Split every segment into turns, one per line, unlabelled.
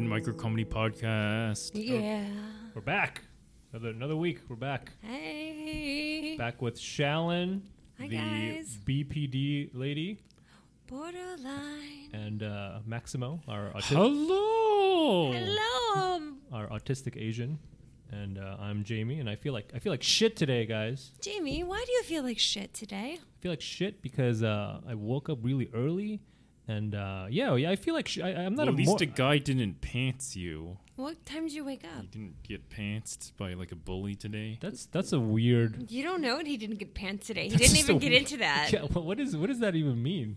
Micro Comedy Podcast.
Yeah.
Oh, We're back. Another, another week. We're back.
Hey.
Back with Shallon,
Hi,
the
guys.
BPD lady,
Borderline.
and uh, Maximo, our, auti-
Hello.
Hello. um,
our autistic Asian. And uh, I'm Jamie, and I feel like I feel like shit today, guys.
Jamie, why do you feel like shit today?
I feel like shit because uh, I woke up really early, and uh, yeah, yeah, I feel like sh- I, I'm not
Well,
a
at least
mor-
a guy didn't pants you.
What time did you wake up?
You didn't get pantsed by like a bully today.
that's that's a weird.
You don't know, and he didn't get pants today. He
That's
didn't
just
even
a
get
weird-
into that.
Yeah, wha- what is what does that even mean?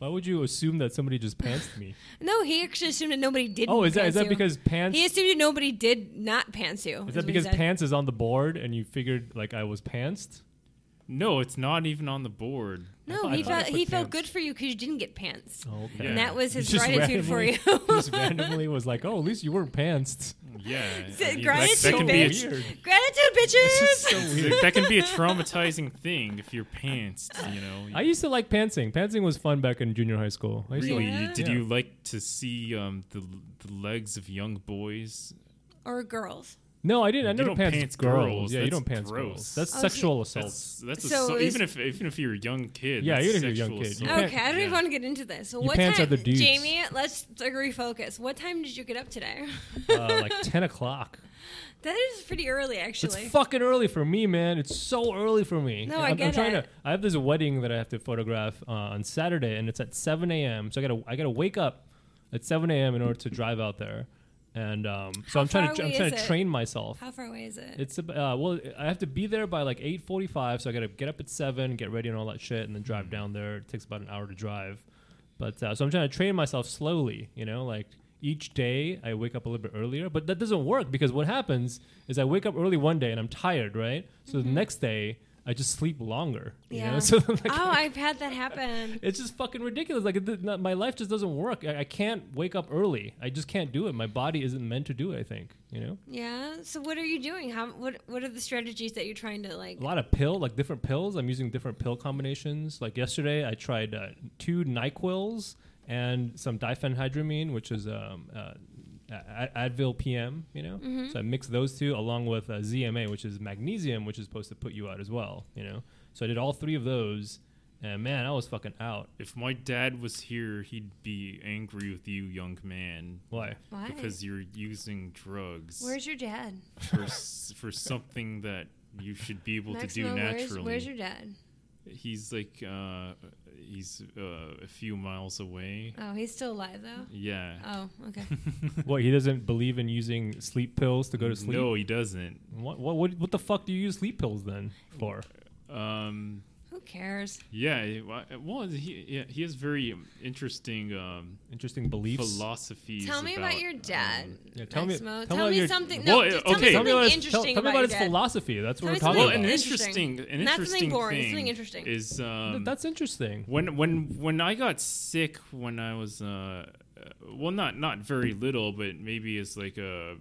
Why would you assume that somebody just pantsed me?
No, he actually assumed that nobody did.
oh, is that
pants
is that
you.
because pants?
he assumed that nobody did not pants you?
Is
what
that
he
because
said.
pants is on the board and you figured like I was pantsed?
No, it's not even on the board.
No,
I
he
thought I
felt
put
he felt
pants.
good for you because you didn't get pants,
Oh,
Yeah.
okay.
and that was
He
his
just
gratitude for you.
randomly- he just randomly was like, "Oh, at least you weren't pantsed."
Yeah.
So
I mean,
gratitude,
that, can be a,
bitch.
that-
weird.
gratitude, bitches.
that can be a traumatizing thing if you're pantsed, you know.
I used to like pantsing. Pantsing was fun back in junior high school. I used to
really?
Yeah.
Did
Yeah.
you like to see um, the, the legs of young boys?
or girls.
No, I didn't. I
You
never
don't
pants,
pants
girls.
girls.
Yeah, you
That's
don't pants
gross.
girls. That's
Oh, so-
sexual assault.
That's that's
So
assault.
is-
even if even if you're a young kid.
Yeah,
that's
even if you're a
sexual
young kid, you
assault.
can't-
Okay, I don't
Yeah.
even want to get into this. what
pants
time,
are the dudes.
Jamie? Let's like, refocus. What time did you get up today?
uh, like ten o'clock.
that is pretty early,
It's
actually.
fucking early for me, man. It's so early for me.
No,
I'm,
I
I'm
get
trying
it.
to. I have this wedding that I have to photograph uh, on Saturday, and it's at 7 a.m. So I gotta I gotta wake up at 7 a.m. in order to drive out there, and um, so
How
I'm trying
far
to I'm
away
trying
is
to
it?
train myself.
How far away is it?
It's ab- uh, well, I have to be there by like 8:45, so I gotta get up at seven, get ready and all that shit, and then drive down there. It takes about an hour to drive, but uh, so I'm trying to train myself slowly. You know, like each day I wake up a little bit earlier, but that doesn't work because what happens is I wake up early one day and I'm tired, right? So the next day I just sleep longer. You
Yeah.
know? so then, like,
oh, I've had that happen.
it's just fucking ridiculous. Like it, did not- my life just doesn't work. I, I can't wake up early. I just can't do it. My body isn't meant to do it. I think you know.
Yeah. So what are you doing? How? What? What are the strategies that you're trying to like?
a lot of pill, like different pills. I'm using different pill combinations. Like yesterday, I tried uh, two Nyquil's and some diphenhydramine, which is um, uh, A- A- Advil PM. You know, so I mixed those two along with uh, ZMA, which is magnesium, which is supposed to put you out as well. You know, so I did all three of those, and man, I was fucking out.
If my dad was here, he'd be angry with you, young man.
Why?
Why?
Because you're using drugs
Where's your dad?
for s- for something that you should be able to
Maximo,
do
where's,
naturally.
where's your dad?
he's like uh, he's uh, a few miles away.
Oh, he's still alive though.
Yeah.
Oh, okay.
what he doesn't believe in using sleep pills to go to sleep.
No, he doesn't.
What, what what what the fuck do you use sleep pills then for?
Um,
Who cares?
yeah. he- Well, he yeah, he has very um, interesting um,
Interesting beliefs.
philosophies. um,
Tell me about, your dad.
yeah, tell me-
Maximo.
tell
tell,
me about
me
your- eh,
something.
Well,
No,
uh,
just tell
okay.
me
Tell
something
me about his, tell,
interesting
tell
about,
me about
your
his
dad.
philosophy. That's what
Tell
we're
me
talking
Well,
something
an
about.
about-
interesting, an
Not something
interesting
boring,
thing
something interesting.
is um,
That's interesting.
when when when I got sick when I was uh, uh, well not not very little but maybe as like a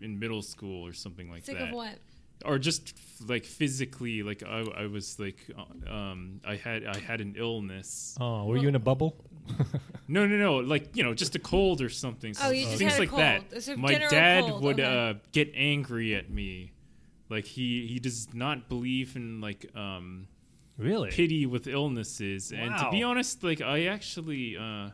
in middle school or something like
Sick
that
of what?
or just like physically like I, I was like uh, um I had I had an illness
Oh, were you in a bubble?
no no no like you know just a cold or something
Oh, you just
things
had a
like
cold.
that
So
my
general
dad
cold,
would
okay.
uh get angry at me like he he does not believe in like um
really?
pity with illnesses and to be
Wow.
honest like i actually uh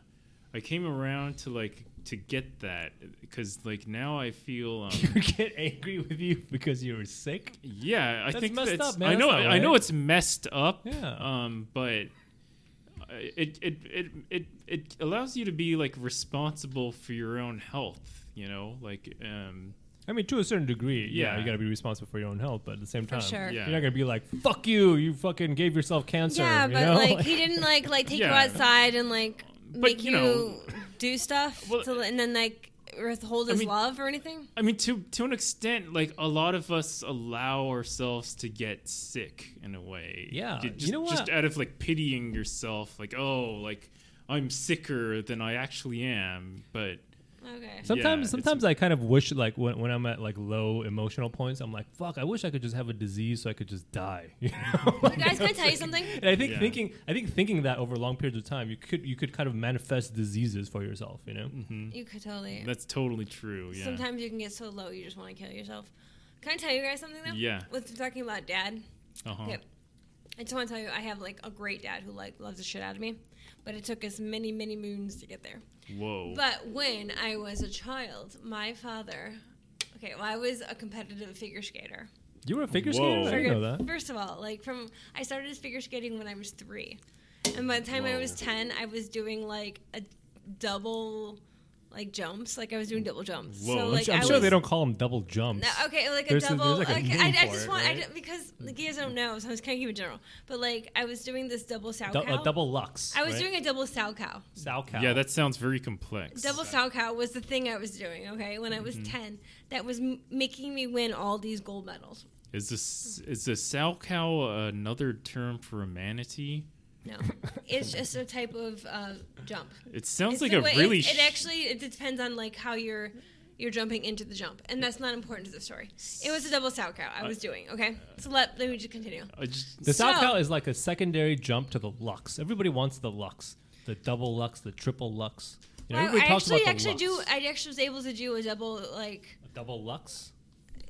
i came around to like to get that because like now i feel um
you get angry with you because you were sick?
yeah i
That's
think
messed
that's
up, man.
i
That's
know
not
i know
right.
it's messed up
Yeah.
um but I- it it, it it it allows you to be like responsible for your own health you know like um
I mean, to a certain degree, yeah,
Yeah.
you got to be responsible for your own health, but at the same time,
sure.
Yeah.
you're not going to be like, fuck you, you fucking gave yourself cancer.
Yeah,
you
but
know?
like he didn't like like take
Yeah.
you outside and like make
you
you,
know-
do stuff
Well,
to, and then like withhold his
mean-
love or anything.
I mean, to to an extent, like a lot of us allow ourselves to get sick in a way.
Yeah,
Ju-
you
just,
know what?
just out of like pitying yourself, like oh, like I'm sicker than I actually am, but
Okay.
Sometimes,
it's-
sometimes I kind of wish like when, when I'm at like low emotional points, I'm like, fuck, I wish I could just have a disease so I could just die. You know?
You guys, can I tell you something?
and I think
Yeah.
thinking, I think thinking that over long periods of time, you could you could kind of manifest diseases for yourself. You know,
hmm
You could totally.
That's totally true. Yeah.
Sometimes you can get so low you just want to kill yourself. Can I tell you guys something though?
Yeah.
With talking about dad,
Uh-huh.
Okay. I just want to tell you I have like a great dad who like loves the shit out of me, but it took us many many moons to get there.
Whoa.
But when I was a child, my father. Okay, well, I was a competitive figure skater.
you were a figure skater.
Whoa.
I didn't know that.
First of all, like from I started figure skating when I was three, and by the time I was ten, I was doing like a double, like jumps. Like I was doing double jumps.
Whoa.
So
I'm
like
I'm
I
sure
was,
they don't call them double jumps.
No, okay, like a
There's a-
double.
there's, like, a
okay,
name
I, I
for
just
it,
want I
right?
ju- because like, you guys don't know, so I was kind of keeping it general. But like I was doing this double sow
Du-
cow.
a double lux.
I was
right?
doing a double sow cow.
sow cow.
yeah, that sounds very complex.
Double sow cow was the thing I was doing. Okay, when I was
Mm-hmm.
ten, that was m- making me win all these gold medals.
Is this is a sow cow another term for a manatee?
No, it's just a type of uh, jump.
It sounds
It's
like
the
a
way-
really.
It,
sh-
it actually it depends on like how you're you're jumping into the jump, and that's not important to the story. It was a double sow cow I was doing. Okay, so let let me just continue.
I just-
The sow
So-
cow is like a secondary jump to the lux. Everybody wants the lux, the double lux, the triple lux. You know,
Wow, I
everybody talks
actually
about the
actually do.
lux.
I actually was able to do a double like
A double lux.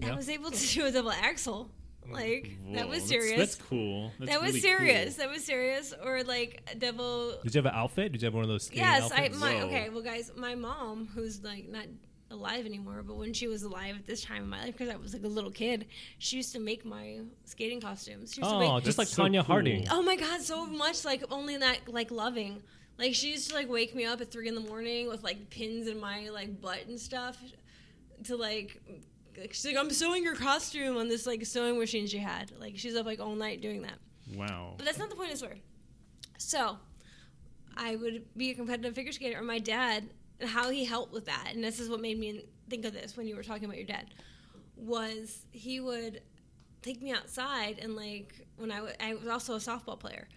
I
Yeah.
was able to do a double axle. Like that
Whoa,
was
that's-
serious.
That's, cool. That's
that was
really
serious.
cool.
That was serious. Or like a double.
Did you have an outfit? Did you have one of those? skating
Yes, I
outfits?
my
Whoa.
okay. Well, guys, my mom, who's like not alive anymore, but when she was alive at this time in my life, because I was like a little kid, she used to make my skating costumes. She used to
Oh,
make,
just like
That's so
Tanya
cool.
Harding.
oh my god, so much like only that like loving. Like she used to like wake me up at three in the morning with like pins in my like butt and stuff to like. She's like, I'm sewing your costume on this like sewing machine she had. Like she's up like all night doing that.
Wow.
But that's not the point of the story. So, I would be a competitive figure skater, or my dad, and how he helped with that, and this is what made me think of this when you were talking about your dad, was he would take me outside and like when I wa- I was also a softball player,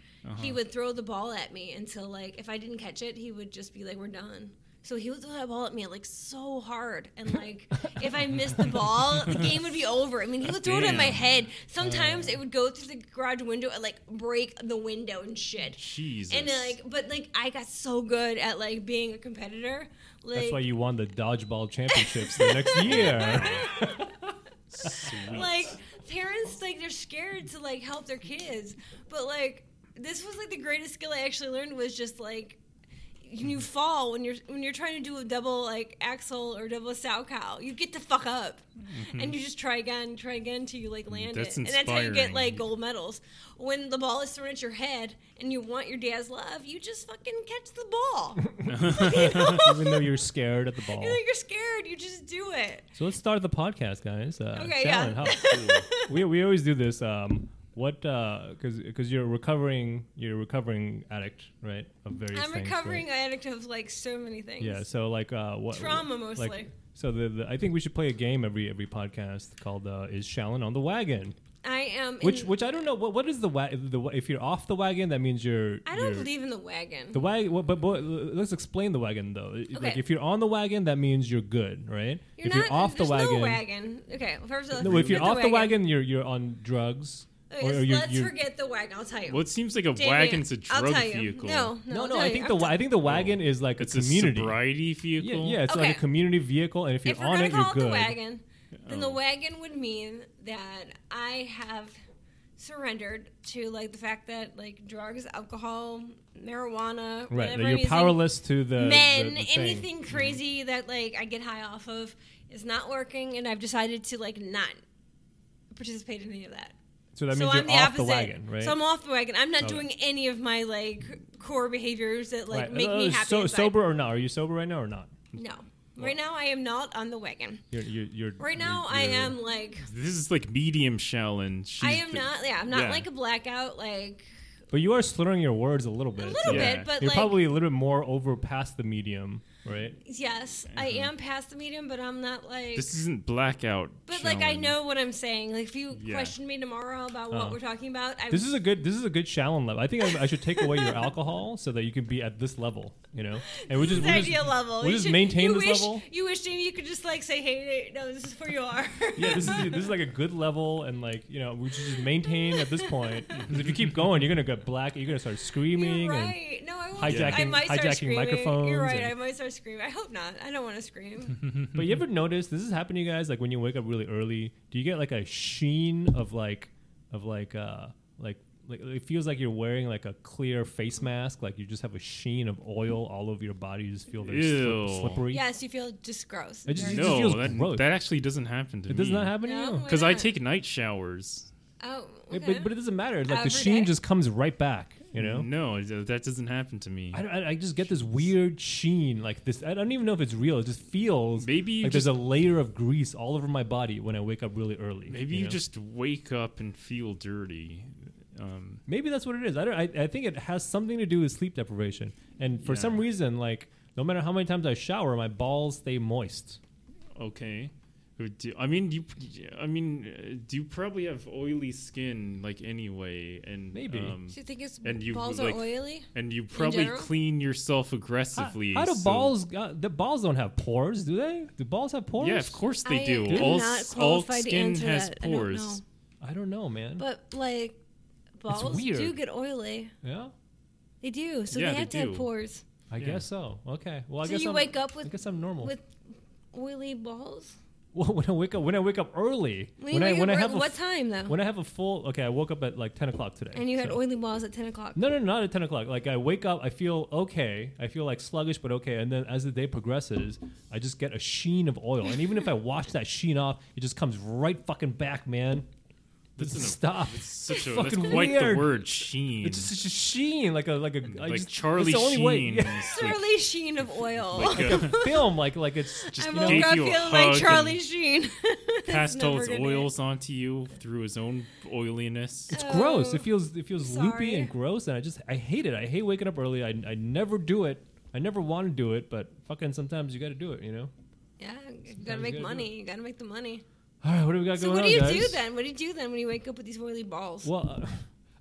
he would throw the ball at me until like if I didn't catch it, he would just be like, "We're done." So he would throw that ball at me like so hard, and like if I missed the ball, the game would be over. I mean, he would throw it at my
Damn.
head. Sometimes it would go through the garage window and like break the window and shit.
Jesus.
And like, but like, I got so good at like being a competitor. Like,
That's why you won the dodgeball championships the next year.
Sweet.
like parents like they're scared to like help their kids, but like this was like the greatest skill I actually learned was just like when
Mm.
you fall when you're when you're trying to do a double like axle or double sow cow, you get the fuck up,
Mm-hmm.
and you just try again, try again till you
Mm,
like land
That's
it, and that's how you get
inspiring.
like gold medals. When the ball is thrown at your head and you want your dad's love, you just fucking catch the ball.
Even though you're scared at the ball.
You know, you're scared. You just do it.
So let's start the podcast, guys. Uh,
Okay, yeah.
Shallon, how- we we always do this. Um, what? Because because you're a recovering you're a recovering addict, right? Of various.
I'm
things,
recovering
right?
addict of like so many things.
Yeah. So like uh, what?
Trauma
like-
mostly.
so the, the I think we should play a game every every podcast called uh, "Is Shallon on the Wagon?"
I am.
Which
in-
which I don't know what what is the wa- the wa- if you're off the wagon that means you're
I don't
you're-
believe in the wagon.
the wagon. Well, but, but let's explain the wagon though. Like
Okay.
if you're on the wagon that means you're good, right?
you're not,
if you're off the
there's
wagon,
No wagon. Okay. well, First of all,
no,
let's
if you're
forget
off the wagon, you're you're on drugs.
Okay, let's let's forget the wagon. I'll tell you.
well, it seems like a
Damn it.
wagon's a drug
I'll tell you.
vehicle.
No, no,
No,
I'll
no.
tell
I
you.
think
I'm
the
t-
wa- I think the wagon is like
It's
a community.
a sobriety
yeah,
vehicle.
yeah, it's like
Okay.
a community vehicle, and if you're
if
on
we're
it,
gonna call
you're
it
good.
the wagon, then
Oh.
the wagon would mean that I have surrendered to like the fact that like drugs, alcohol, marijuana,
right?
whatever I'm
That you're
using,
powerless to the
men,
the, the thing. Mm-hmm.
anything crazy that like I get high off of is not working, and I've decided to like not participate in any of that.
So that
so
means
I'm
you're
the
off
opposite.
the wagon, right? Oh.
So I'm off the wagon. I'm not
Okay.
doing any of my like core behaviors that like
Right.
make
Uh,
me happy.
So
inside.
sober or not? Are you sober right now or not?
No. Right now, I am not on the wagon.
You're, you're, you're
Right now,
you're-
I
you're-
am like
This is like medium Shallon. She's
I am
the-
not. Yeah, I'm not
yeah.
like a blackout. Like
But you are slurring your words a little bit.
a little
Yeah.
bit, but
you're
like
probably a little bit more over past the medium. right?
Yes, I
Mm-hmm.
am past the medium, but I'm not like.
This isn't blackout.
but like I
Shaolin.
know what I'm saying. Like if you
Yeah.
question me tomorrow about what
Oh.
we're talking about, I
This is a good. This is a good Shallon level. I think I, I should take away your alcohol so that you can be at this level. You know, and we
this
just
is
we'll just,
ideal level.
we'll
You
just
should-
maintain
you
this
wish,
level.
You wish Jamie you could just like say, "Hey, no, this is where you are."
yeah, this is this is like a good level, and like you know, we should just maintain at this point. 'Cause if you keep going, you're gonna get black. You're gonna start screaming.
You're
and
right. no, I, won't. I
hijacking-
might start
hijacking
screaming.
microphones
You're right.
and-
I might start screaming. I hope not. I don't want to scream.
But
Mm-hmm.
you ever notice this is happening, to you guys? Like when you wake up really early, do you get like a sheen of like of like uh like like it feels like you're wearing like a clear face mask? Like you just have a sheen of oil all over your body. You just feel very
Ew.
slip, slippery.
yes, you feel just gross.
It just-
Very-
it just feels
No, that,
gross.
that actually doesn't happen to
It
me.
does not happen
No,
to you.
why
Because I
not?
take night showers.
Oh,
It-
okay.
but, but it doesn't matter. Like
Every
the sheen
day?
just comes right back. You know.
No, th- that doesn't happen to me.
I, I, I just get this weird sheen, like this. I don't even know if it's real. It just feels
Maybe you
like
just-
there's a layer of grease all over my body when I wake up really early.
Maybe you
know?
just wake up and feel dirty. Um,
Maybe that's what it is. I don't. I, I think it has something to do with sleep deprivation. And for
Yeah.
some reason, like no matter how many times I shower, my balls stay moist.
okay. Or do- I mean, you. I mean, uh, do you probably have oily skin like anyway? And
Maybe.
um,
Do you think his
And you,
balls
like-
are oily?
and you probably
general?
clean yourself
How,
aggressively.
how do
so-
balls? Uh, the balls don't have pores, do they? Do balls have pores?
Yeah, of course they
I
do.
am
all
not
s- all
qualified to
skin
answer
has
that. I don't
pores.
know.
I don't know, man.
But like, balls
weird.
do get oily.
yeah,
They do. So
Yeah,
they
they
have to
do.
have pores.
I
Yeah.
guess so. Okay. Well, I
so
guess
you
I'm,
wake up
I
with
guess I'm normal.
with oily balls.
well, when I wake up, when I wake up early,
When, you
I
wake
when
up
I
early-
have a
what
f-
time though?
when I have a full. Okay, I woke up at like ten o'clock today.
and you had
so-
oily balls at ten o'clock.
No, no, not at 10 o'clock. Like, I wake up, I feel okay. I feel like sluggish, but okay. And then as the day progresses, I just get a sheen of oil. And even if I wash that sheen off, it just comes right fucking back, man.
That's an-
Stop.
It's such a that's
Fucking
quite
weird.
the word sheen.
It's just a sheen, like a like a I
like
just,
Charlie
it's the only
Sheen.
Way, yeah.
is like-
Surly sheen of oil.
like a
film, like like it's
Just
I
you
woke
know-
up
gave you a hug
feeling like Charlie
and
Sheen. That's
passed all
never
his
gonna
oils onto you through his own oiliness.
it's gross.
Oh,
It feels it feels loopy
sorry.
and gross, and I just I hate it. I hate waking up early. I I never do it. I never want to do it, but fucking sometimes you got to do it, you know.
end. Yeah, you
gotta
gotta make
do it.
money. You gotta make the money.
All right, what do we got
So
going
what
on,
do you do
guys?
then? What do you do then when you wake up with these oily balls? What
Well, uh,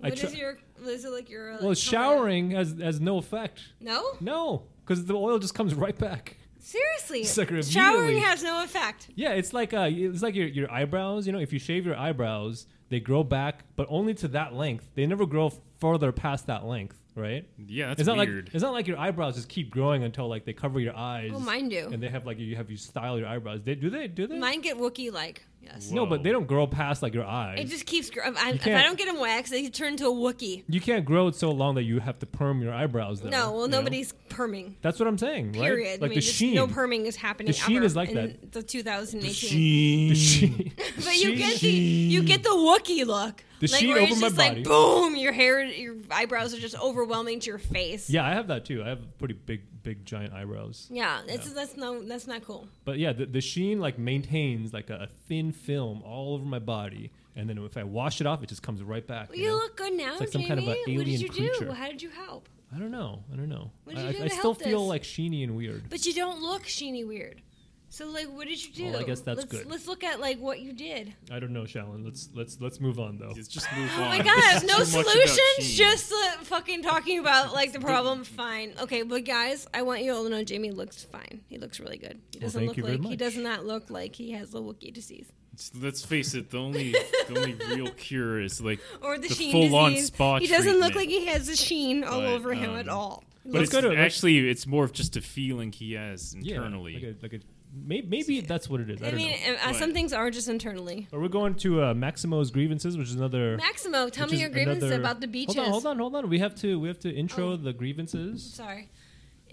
I
is
tr-
your? Is it like your? uh,
Well,
like,
showering has has no effect.
No,
No, because the oil just comes right back.
seriously.
Sucker,
Showering
immediately.
has no effect.
Yeah, it's like uh, it's like your, your eyebrows. You know, if you shave your eyebrows, they grow back, but only to that length. They never grow further past that length, right?
Yeah, that's
it's not
weird.
like it's not like your eyebrows just keep growing until like they cover your eyes.
Well, Oh, mine do.
And they have like you have you style your eyebrows. They do they do they?
Mine get Wookiee like. Yes.
no, but
Whoa.
they don't grow past like your eyes.
It just keeps. Gr- I, if I
can't-
don't get them waxed, they turn into a Wookiee.
you can't grow it so long that you have to perm your eyebrows. Though,
No,
you
well,
know?
nobody's perming.
That's what I'm saying, right?
Period.
Like
I mean,
the
just
sheen.
no perming is happening.
The sheen
ever
is like
in
that.
The 2018.
The sheen.
But you
Sheen.
get the you get the Wookiee look.
The
like,
sheen
where
over
it's
my
just
body.
like boom, your hair, your eyebrows are just overwhelming to your face.
Yeah, I have that too. I have pretty big, big, giant eyebrows.
Yeah, it's, that's no, that's not cool.
But yeah, the, the sheen like maintains like a, a thin film all over my body, and then if I wash it off, it just comes right back.
Well,
you
you
know?
look good now,
like some
Jamie.
kind of a
what
alien
did you
creature.
do? How did you help?
I don't know. I don't know.
What did you
I,
do
I
to
still
help
feel
this?
like sheeny and weird.
But you don't look sheeny weird. So like, what did you do?
Well, I guess that's
let's,
good.
Let's look at like what you did.
I don't know, Shallon. Let's let's let's move on though.
Let's just move
Oh
on.
my
This
god,
is
no
too much about
solutions,
sheen.
just uh, fucking talking about like the problem. Fine, okay, but guys, I want you all to know Jamie looks fine. He looks really good. He
Well,
doesn't
thank
look
you very
like he
much.
does not look like he has the Wookiee disease.
It's- Let's face it. The only the only real cure is like.
or the,
The
sheen
full-on
disease.
spa
he doesn't look
treatment.
like he has a sheen all
But,
over him
um,
at all.
But
Let's
it's
go to- let's-
actually it's more of just a feeling he has
Yeah,
internally.
like a, like a, maybe, maybe that's what it is. I,
I
don't
mean,
know.
uh, some
But-
things are just internally.
Are we going to uh, Maximo's grievances, which is another?
Maximo, tell
which
me
is
your grievances
another-
about the beaches.
Hold on, hold on, hold on. We have to we have to intro
Oh.
the grievances
Sorry,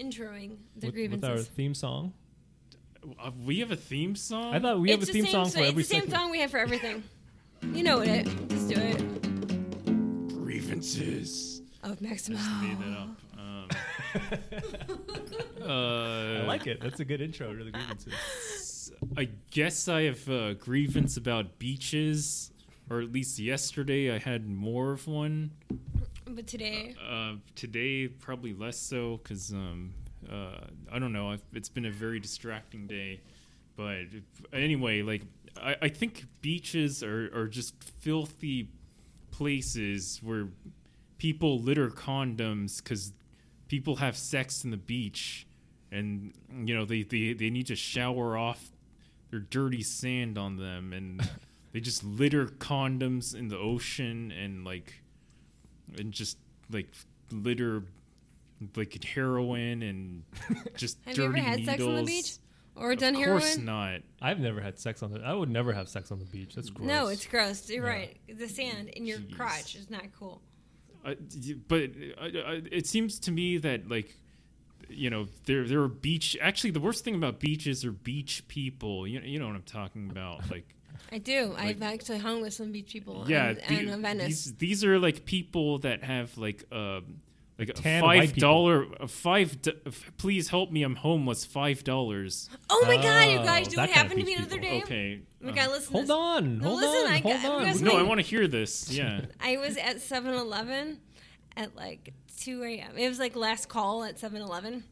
introing the
with, with
grievances.
our theme song.
Uh, we have a theme song.
I thought we have
Oh. it's
a theme
the same
song
so-
for every
It's the same
segment.
song we have for everything. You know it. Just do it.
grievances.
Of Maximo.
Made that up. Um,
I
uh,
like it. That's a good intro to the grievances.
I guess I have a grievance about beaches, or at least yesterday I had more of one.
But today,
Uh, today probably less so because um, uh, I don't know. I've, it's been a very distracting day, but anyway, like I, I think beaches are, are just filthy places where people litter condoms because people have sex in the beach, and you know they, they, they need to shower off their dirty sand on them, and they just litter condoms in the ocean and like and just like litter like heroin and just
Have you
dirty
ever had
needles.
sex on the beach or done
of
heroin?
course not.
I've never had sex on the. I would never have sex on the beach. That's gross.
No, it's gross. You're
Yeah.
right. The sand in your
Jeez.
crotch is not cool.
I- d- but I, I, it seems to me that like you know there there are beach actually the worst thing about beaches are beach people you you know what I'm talking about like
I do. I've
Like-
actually hung with some beach people.
yeah
and, and
the-
in Venice.
these these are like people that have like um like a
Tan white
five
people.
dollar a five do- f- please help me I'm homeless five dollars
oh my god, you
Oh,
guys! Do
that
what
kind of
happened to
beach
me the other
people. Oh.
day?
okay
We
uh,
gotta listen. to
Hold
this.
on,
No,
hold
listen,
on,
I
hold
got- I'm
on.
just
no I
like-
want to hear this yeah
I was at 7-Eleven at like 2 a.m. It was like last call at 7-Eleven,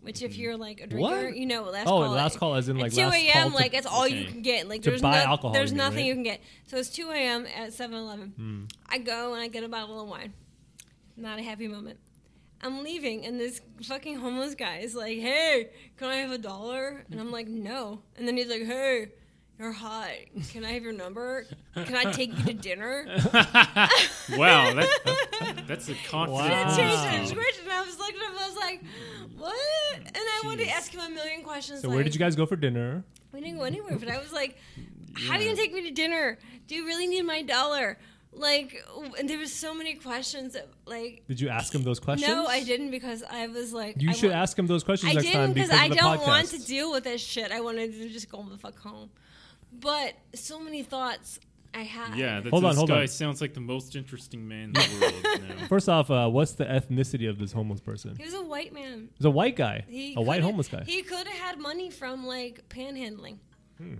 which if you're like a drinker,
Mm. What?
you know what last
Oh,
call.
last
is.
call as in,
At
like,
2
last
a.m.
call to-
like that's all you
Okay.
can get. Like
To
there's
buy
no,
alcohol,
there's
you mean,
nothing
right? Hmm.
you can get. So it's 2 a.m. at 7-Eleven. I go and I get a bottle of wine. Not a happy moment. I'm leaving, and this fucking homeless guy is like, "Hey, can I have a dollar?" And I'm like, "No." And then he's like, "Hey, you're hot. Can I have your number? Can I take you to dinner?"
wow that, that's a
Wow.
confident
to change
Wow.
the situation. And I was looking at him, I was like, what? And I wanted to
Jeez.
ask him a million questions.
So
like,
where did you guys go for dinner?
We didn't go anywhere, but I was like, how are you
Yeah.
going to take me to dinner? Do you really need my dollar? Like, w- and there was so many questions. That, like,
Did you ask him those questions?
no, I didn't because I was like,
You
I
should
want-
ask him those questions
I
next time
didn't
because
because
of
I
the
don't
podcast.
want to deal with this shit. I wanted to just go the fuck home. But so many thoughts I had.
yeah that's,
Hold on,
this
hold
guy
on.
sounds like the most interesting man in the world now.
First off, uh, what's the ethnicity of this homeless person?
He was a white man.
He's a white guy,
He
a white
coulda-
homeless guy.
He could have had money from like panhandling.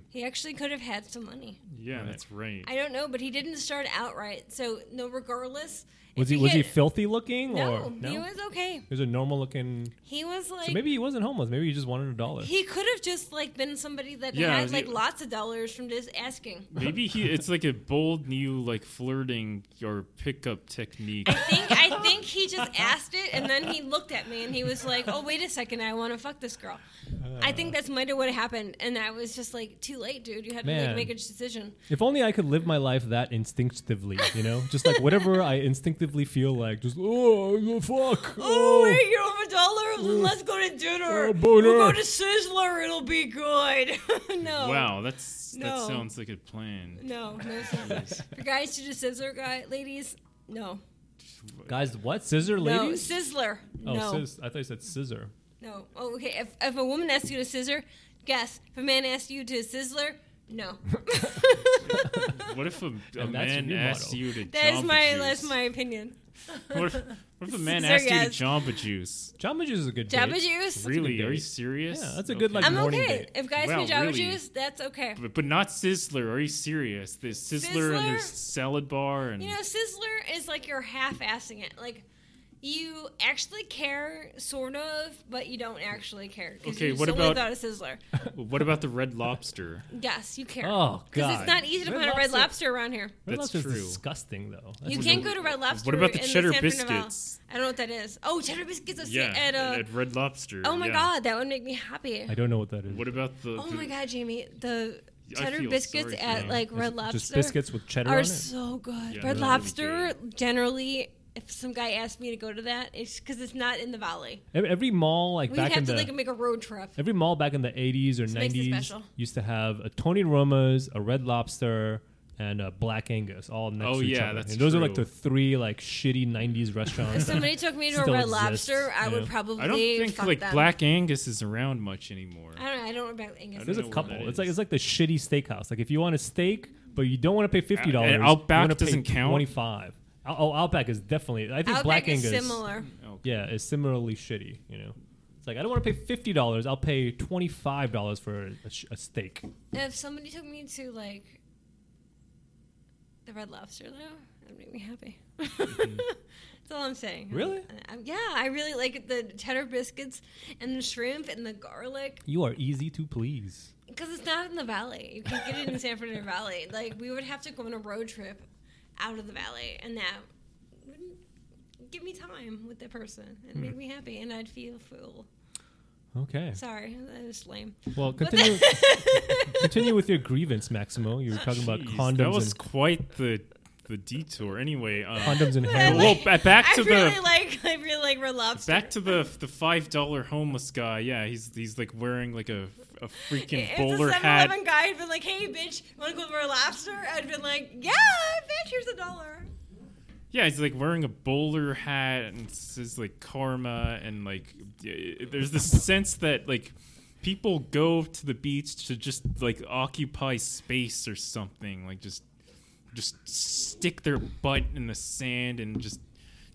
He actually could have had some money.
Yeah, that's right.
I don't know, but he didn't start out right. So no, regardless.
Was
if
he was he
had-
filthy looking
no,
or no?
he was okay.
He was a normal looking.
He was like
So maybe he wasn't homeless. Maybe he just wanted a dollar.
he could have just like been somebody that
Yeah,
had like
he-
lots of dollars from just asking.
Maybe he it's like a bold new like flirting or pickup technique.
I think I think he just asked it, and then he looked at me, and he was like, "Oh, wait a second, I want to fuck this girl."
Uh.
I think that's might have what happened, and I was just like, "Too late, dude. You had to
Man.
like, make a decision."
If only I could live my life that instinctively, you know, just like whatever I instinctively feel like, just oh oh, fuck,
Oh,
oh,
wait, you have a dollar? Let's go to dinner.
Oh, boner.
We'll go to Sizzler. It'll be good. no.
Wow, that's
No.
that sounds like a plan.
No, no Sizzler. For guys to do Sizzler, guy, ladies, no.
guys, what scissor ladies?
No, Sizzler.
oh,
no.
sis, I thought you said scissor.
no. Oh, okay. If, if a woman asks you to scissor, guess. If a man asks you to Sizzler, no.
What if a, a
And that's your
man
new
asks
motto.
you to
that is
Jamba
my
Juice?
that's my opinion.
What if, what if a man
Scissor
asks you to
yes.
Jamba Juice?
Jamba Juice is a good date.
Jabba juice.
Really?
good
Are you
date.
serious?
Yeah, that's a good, like-
I'm
Morning
okay.
date.
If guys
Wow,
do Jabba
really?
juice, that's okay.
but, but not Sizzler. Are you serious? There's Sizzler, and
Sizzler?
there's salad bar and
You know, Sizzler is like you're half assing it. Like, you actually care, sort of, but you don't actually care. 'cause
Okay,
you
what
just
about-
only thought of Sizzler?
what about the Red Lobster?
Yes, you care.
Oh
Because
god,
it's not easy to
Red
find a red
Lobster-
lobster around here.
Red
That's
Lobster's
true.
disgusting though. That's
you
what
can't
the-
go to Red Lobster.
about the
in
cheddar
San Fernando Valley.
biscuits?
I don't know what that is. Oh, cheddar biscuits at,
yeah,
at, uh,
at Red Lobster.
Oh my
yeah.
god, that would make me happy.
I don't know what that is.
What about the?
Oh
the-
my god, Jamie, the
I
cheddar
feel
biscuits
sorry for
at
you.
like
Is
Red
it
Lobster
Just biscuits with cheddar on
are
it.
so good.
Yeah,
Red
they're really
Lobster, generally, if some guy asked me to go to that, it's because it's not in the valley.
Ev- Every mall like
We
back in
have to
the
like make a road trip.
every mall back in the 80s or
makes it
90s
special.
used to have a Tony Roma's, a Red Lobster, and a Black Angus all next
Oh,
to each
yeah,
other.
that's
and those are like the
true.
three like shitty 90s
If
restaurants.
somebody took me to a
Still
Red
exists,
Lobster, I
yeah.
would probably
I don't think
fuck
like
them.
Black Angus is around much anymore.
I don't. know, I don't remember Angus.
I
There's a
know where
couple.
that
It's like
is.
it's like the shitty steakhouse. Like if you want a steak but you don't want to pay fifty dollars,
And Uh, Outback
you wanna pay
doesn't count?
25. Out- Oh, Outback is definitely. I think
Outback
Black
is
Angus
similar.
Okay.
Yeah, is similarly shitty. You know, it's like I don't want to pay fifty dollars. I'll pay twenty five dollars for a, sh- a steak.
If somebody took me to like the Red Lobster, though, that'd make me happy. That's all I'm saying.
Mm-hmm. Really?
I- I- yeah, I really like the cheddar biscuits and the shrimp and the garlic
You are easy to please.
because it's not in the valley. You can't get it in San Fernando Valley. Like we would have to go on a road trip out of the valley, and that wouldn't give me time with that person and
Mm.
make me happy, and I'd feel full.
Okay.
Sorry, that was lame.
Well,
But
continue. continue with your grievance, Maximo. You were talking about
Jeez,
condoms
That was
and
quite the the detour. Anyway, um,
condoms and
I
Well,
heroin.
like-
ba- back to
I
the-
really like I really like red lobster.
Back to the the five dollar homeless guy. Yeah, he's he's like wearing like a a freaking
if
bowler
the 7
hat.
Eleven guy had been like, "Hey, bitch, want to go for a lobster?" I'd been like, "Yeah, bitch, here's a dollar."
Yeah, he's like wearing a bowler hat and it says like karma and like y- y- there's this sense that like people go to the beach to just like occupy space or something like just just stick their butt in the sand and just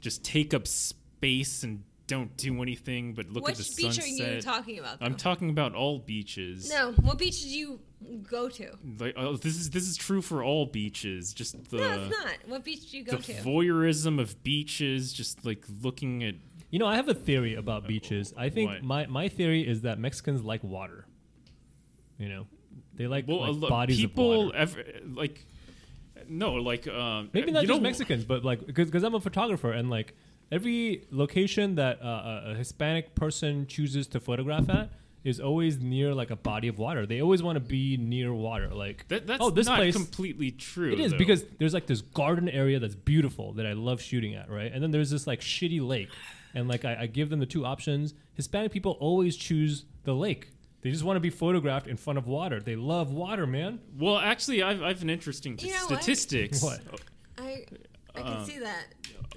just take up space and don't do anything but look
Which
at the
beach
sunset.
are you talking about?
I'm
though?
talking about all beaches.
No, what beach did you go to?
Like oh, this is this is true for all beaches. Just the
no, it's not. What beach did you go
the
to?
voyeurism of beaches, just like looking at
You know, I have a theory about beaches. I think
What?
my my theory is that Mexicans like water. You know, they like,
well, a
like
lo-
bodies of
people
water.
ever, like no, like um,
Maybe not
you
just
know-
Mexicans, but like because I'm a photographer and like every location that uh, a- a Hispanic person chooses to photograph at is always near like a body of water. They always want to be near water. Like
That, that's
oh, this
not
place
completely true.
It is
though.
because there's like this garden area that's beautiful that I love shooting at, right? And then there's this like shitty lake, and like I, I give them the two options. Hispanic people always choose the lake. They just want to be photographed in front of water. They love water, man.
well, actually, I've I've an interesting
You know what?
statistics.
What?
I, I can see that.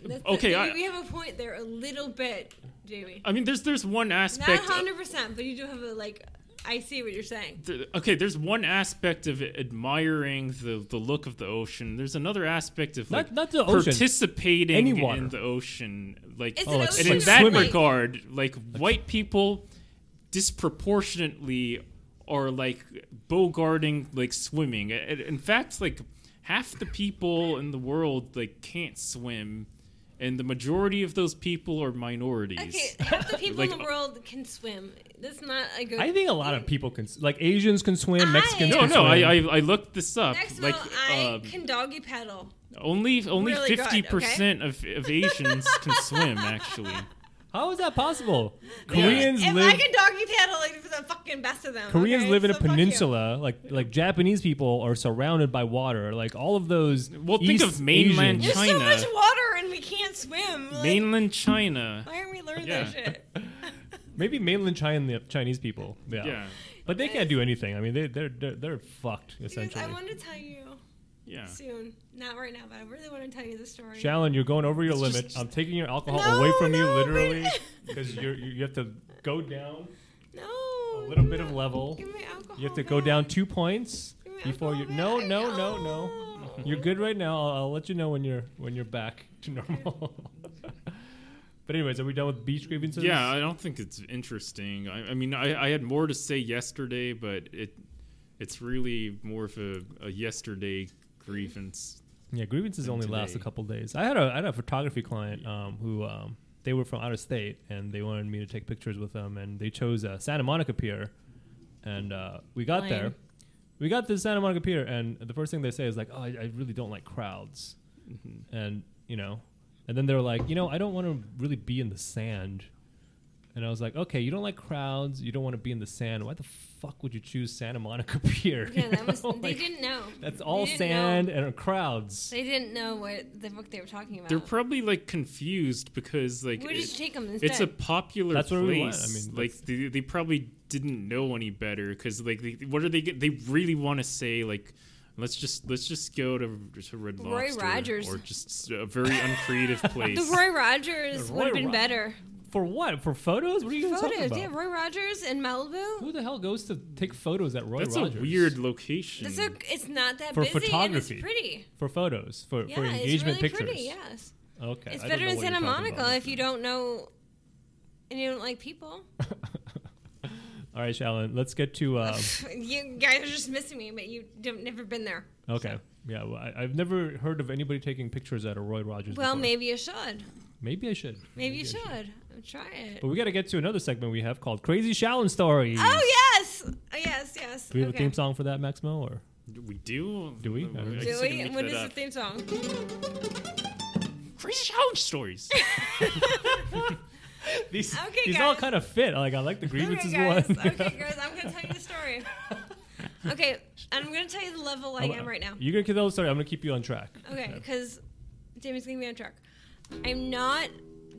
That's
Uh, okay,
the-
I-
we have a point there a little bit, Jamie.
I mean, there's there's one
Not
aspect.
hundred percent, but you do have a like. I see what you're saying.
th- okay, there's one aspect of admiring the, the look of the ocean. There's another aspect of
Not-
like
not the ocean.
participating
Any water.
in the ocean. Like
It's
Oh,
an
like-
ocean
and in
Like
that
swimming.
regard, like white people disproportionately are like bogarting like swimming. I- I- In fact, like half the people in the world like can't swim, and the majority of those people are minorities.
Okay, half the people in
Like- uh,
the world can swim. That's not a good.
I think a lot of people can, s- like Asians can swim, Mexicans
No,
can
no, I,
swim.
I I looked this up.
Next
like
one, I
um,
can doggy paddle.
only only
Really good, okay?
fifty percent of of Asians can swim. Actually,
How is that possible? Koreans
if
live.
I can doggy paddle, like for the fucking best of them.
Koreans
okay?
live in
So
a
fuck you.
peninsula, like like Japanese people are surrounded by water. Like all of those.
Well, think
East
of mainland
Asians-
There's so
China.
much water and we can't swim. Like,
mainland China.
why aren't we learning that
Yeah.
shit?
Maybe mainland China, Chinese people. Yeah.
Yeah,
But they can't do anything. I mean, they, they're, they're they're fucked
Because
essentially.
I want to tell you
yeah.
soon, not right now, but I really want to tell you the story.
Shallon, you're going over your
It's
limit.
just-
I'm taking your alcohol
No,
away from you,
no,
literally,
but-
because you you have to go down
no,
a little
give
bit of
me-
level.
Give me alcohol.
You have to go down
back.
two points
Give me
before you. No,
alcohol back.
no, no, no.
No.
You're good right now. I'll, I'll let you know when you're when you're back to normal. but anyways, are we done with beach grievances?
Yeah, I don't think it's interesting. I, I mean, I, I had more to say yesterday, but it it's really more of a, a yesterday grievance.
Yeah, grievances
And
only last a
today.
couple days. I had a I had a photography client um, who um, they were from out of state and they wanted me to take pictures with them and they chose uh, Santa Monica Pier, and uh, we got there,
Lame.
we got to Santa Monica Pier and the first thing they say is like, oh, I, I really don't like crowds, and you know, and then they're like, you know, I don't want to really be in the sand, and I was like, okay, you don't like crowds, you don't want to be in the sand. Why the fuck would you choose Santa Monica Pier?
Yeah,
You
that was.
know,
they
like,
didn't know.
That's
They
all
didn't
sand
Know.
and crowds.
They didn't know what the book they were talking about.
They're probably like confused because like
Where did you
it,
take them instead?
it's a popular
That's
place.
where we went. I mean,
like they, they probably didn't know any better because like they, what are they? get- They really want to say like. Let's just let's just go to, to Red
Roy
Lobster
Rogers.
or just a very uncreative place.
the Roy Rogers
The
would have
Roy
been
Ro-
better.
For what? For photos? What are you guys talking
Photos,
about?
yeah. Roy Rogers in Malibu.
Who the hell goes to take photos at Roy
That's
Rogers?
a weird location.
It's, a, it's not that
For
busy and
photography.
it's pretty.
for photos for,
Yeah,
for engagement
it's really
pictures.
pretty. Yes,
Okay,
it's
I don't
better
know
in
what you're
Santa
talking
Monica
about.
if you don't know and you don't like people.
All right, Shallon, let's get to. Um,
you guys are just missing me, but you don't never been there.
okay, yeah, well, I, I've never heard of anybody taking pictures at a Roy Rogers.
Well,
before.
maybe you should.
Maybe I should.
Maybe you
I
should. Try it.
But we got to get to another segment we have called Crazy Shallon Stories.
Oh yes, Oh, yes, yes.
Do we have
okay.
a theme song for that, Maximo? Or
We do.
Do we?
I
I don't know.
guess
Do
I can
we?
make
What
that
is the
up.
theme song?
Crazy challenge stories.
these
Okay,
these all
guys.
kind of fit. Like I like the grievances
okay, guys.
one.
okay, guys. I'm gonna tell you the story. Okay, and I'm gonna tell you the level I
I'm-
am right now.
You're gonna keep those. Sorry, I'm gonna keep you on track.
Okay, because Jamie's gonna be on track. I'm not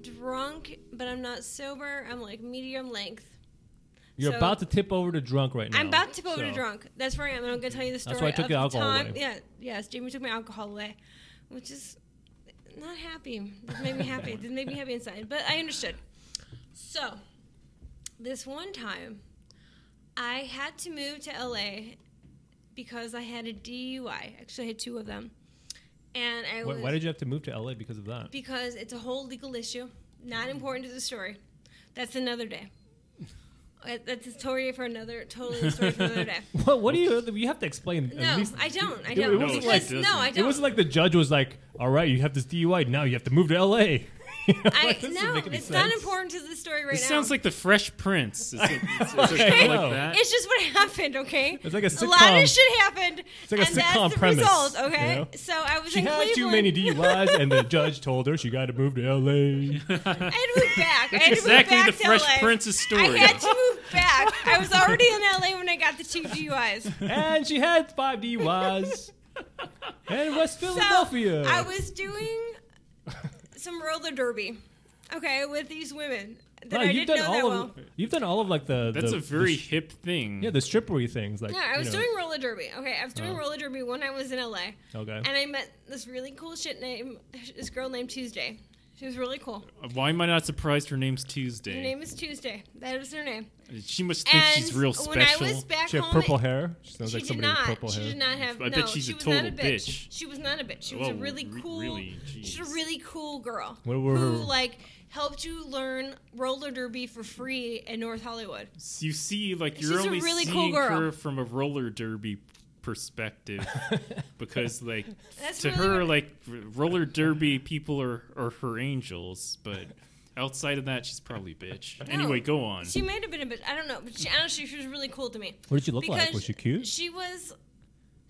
drunk, but I'm not sober. I'm like medium length.
You're
So-
about to tip over to drunk right now.
I'm about to go over to
so-
drunk. That's where I am. and I'm gonna tell you the story.
That's why I took
of
the alcohol
time.
away.
Yeah, yes. Jamie took my alcohol away, which is not happy. This made me happy. this made me happy inside, but I understood. So, this one time, I had to move to LA because I had a DUI. Actually, I had two of them, and I
Wh-
was
Why, did you have to move to LA because of that?
because it's a whole legal issue, not important to the story. That's another day. Uh, That's a story for another, totally a story for another day.
What? What do you? You have to explain. at
No,
least-
I don't. I
it-
don't.
It wasn't
No,
because,
like
she
no, I
doesn't.
it
don't.
wasn't like the judge was like, "All right, you have this DUI. Now you have to move to LA." You know,
I,
it doesn't
no,
make any
it's not
sense.
important to the story right
It
now.
sounds like the Fresh Prince. Is it, is, is it
Okay,
kinda
no.
like that?
it's just what happened, okay?
It's like a
A lot of
sitcom.
shit happened,
like a
and
sitcom
that's the
premise,
result,
you
okay?
know?
So I was
She
in
had
Cleveland.
too many DUIs, and the judge told her she got to move to
I
LA.
had to move back. I had to
exactly
move
the
back to
Fresh
LA.
Prince's
I
story.
had to move back. I was already in LA when I got the two DUIs.
and she had five DUIs. and West Philadelphia.
I was doing some roller derby, okay, with these women that I didn't know that
all
well.
of you've done all of like the
That's
the-
a very
the sh-
hip thing.
yeah the strippery things like
No, I
you
was
know,
doing roller derby. Okay, I was doing
Oh.
roller derby when I was in LA,
okay
and I met this really cool shit name, this girl named Tuesday. She was really cool.
Why am I not surprised her name's
Her
Tuesday?
name is Tuesday. That is her name.
she must think
and
she's real
when I
special.
was back
she had
home,
purple hair she sounds
She
like
did
somebody
not.
with purple
she
hair
did not have.
I
no,
bet she's
she
a
was not a
total
bitch.
bitch.
She was not a bitch. She was a
Whoa,
really
re-
cool.
really,
she's a
jeez.
really cool girl
What were
who
her-
like helped you learn roller derby for free in North Hollywood.
you see, like you're
She's a
only
really cool
seeing
girl.
her from a roller derby perspective, because like
That's
to
really
her,
what-
like r- roller derby people are are her angels, but outside of that, she's probably a bitch. Anyway, go on.
She might have been a bitch. I don't know, but she, honestly, she was really cool to me.
what did she look like
Because
was she cute
She was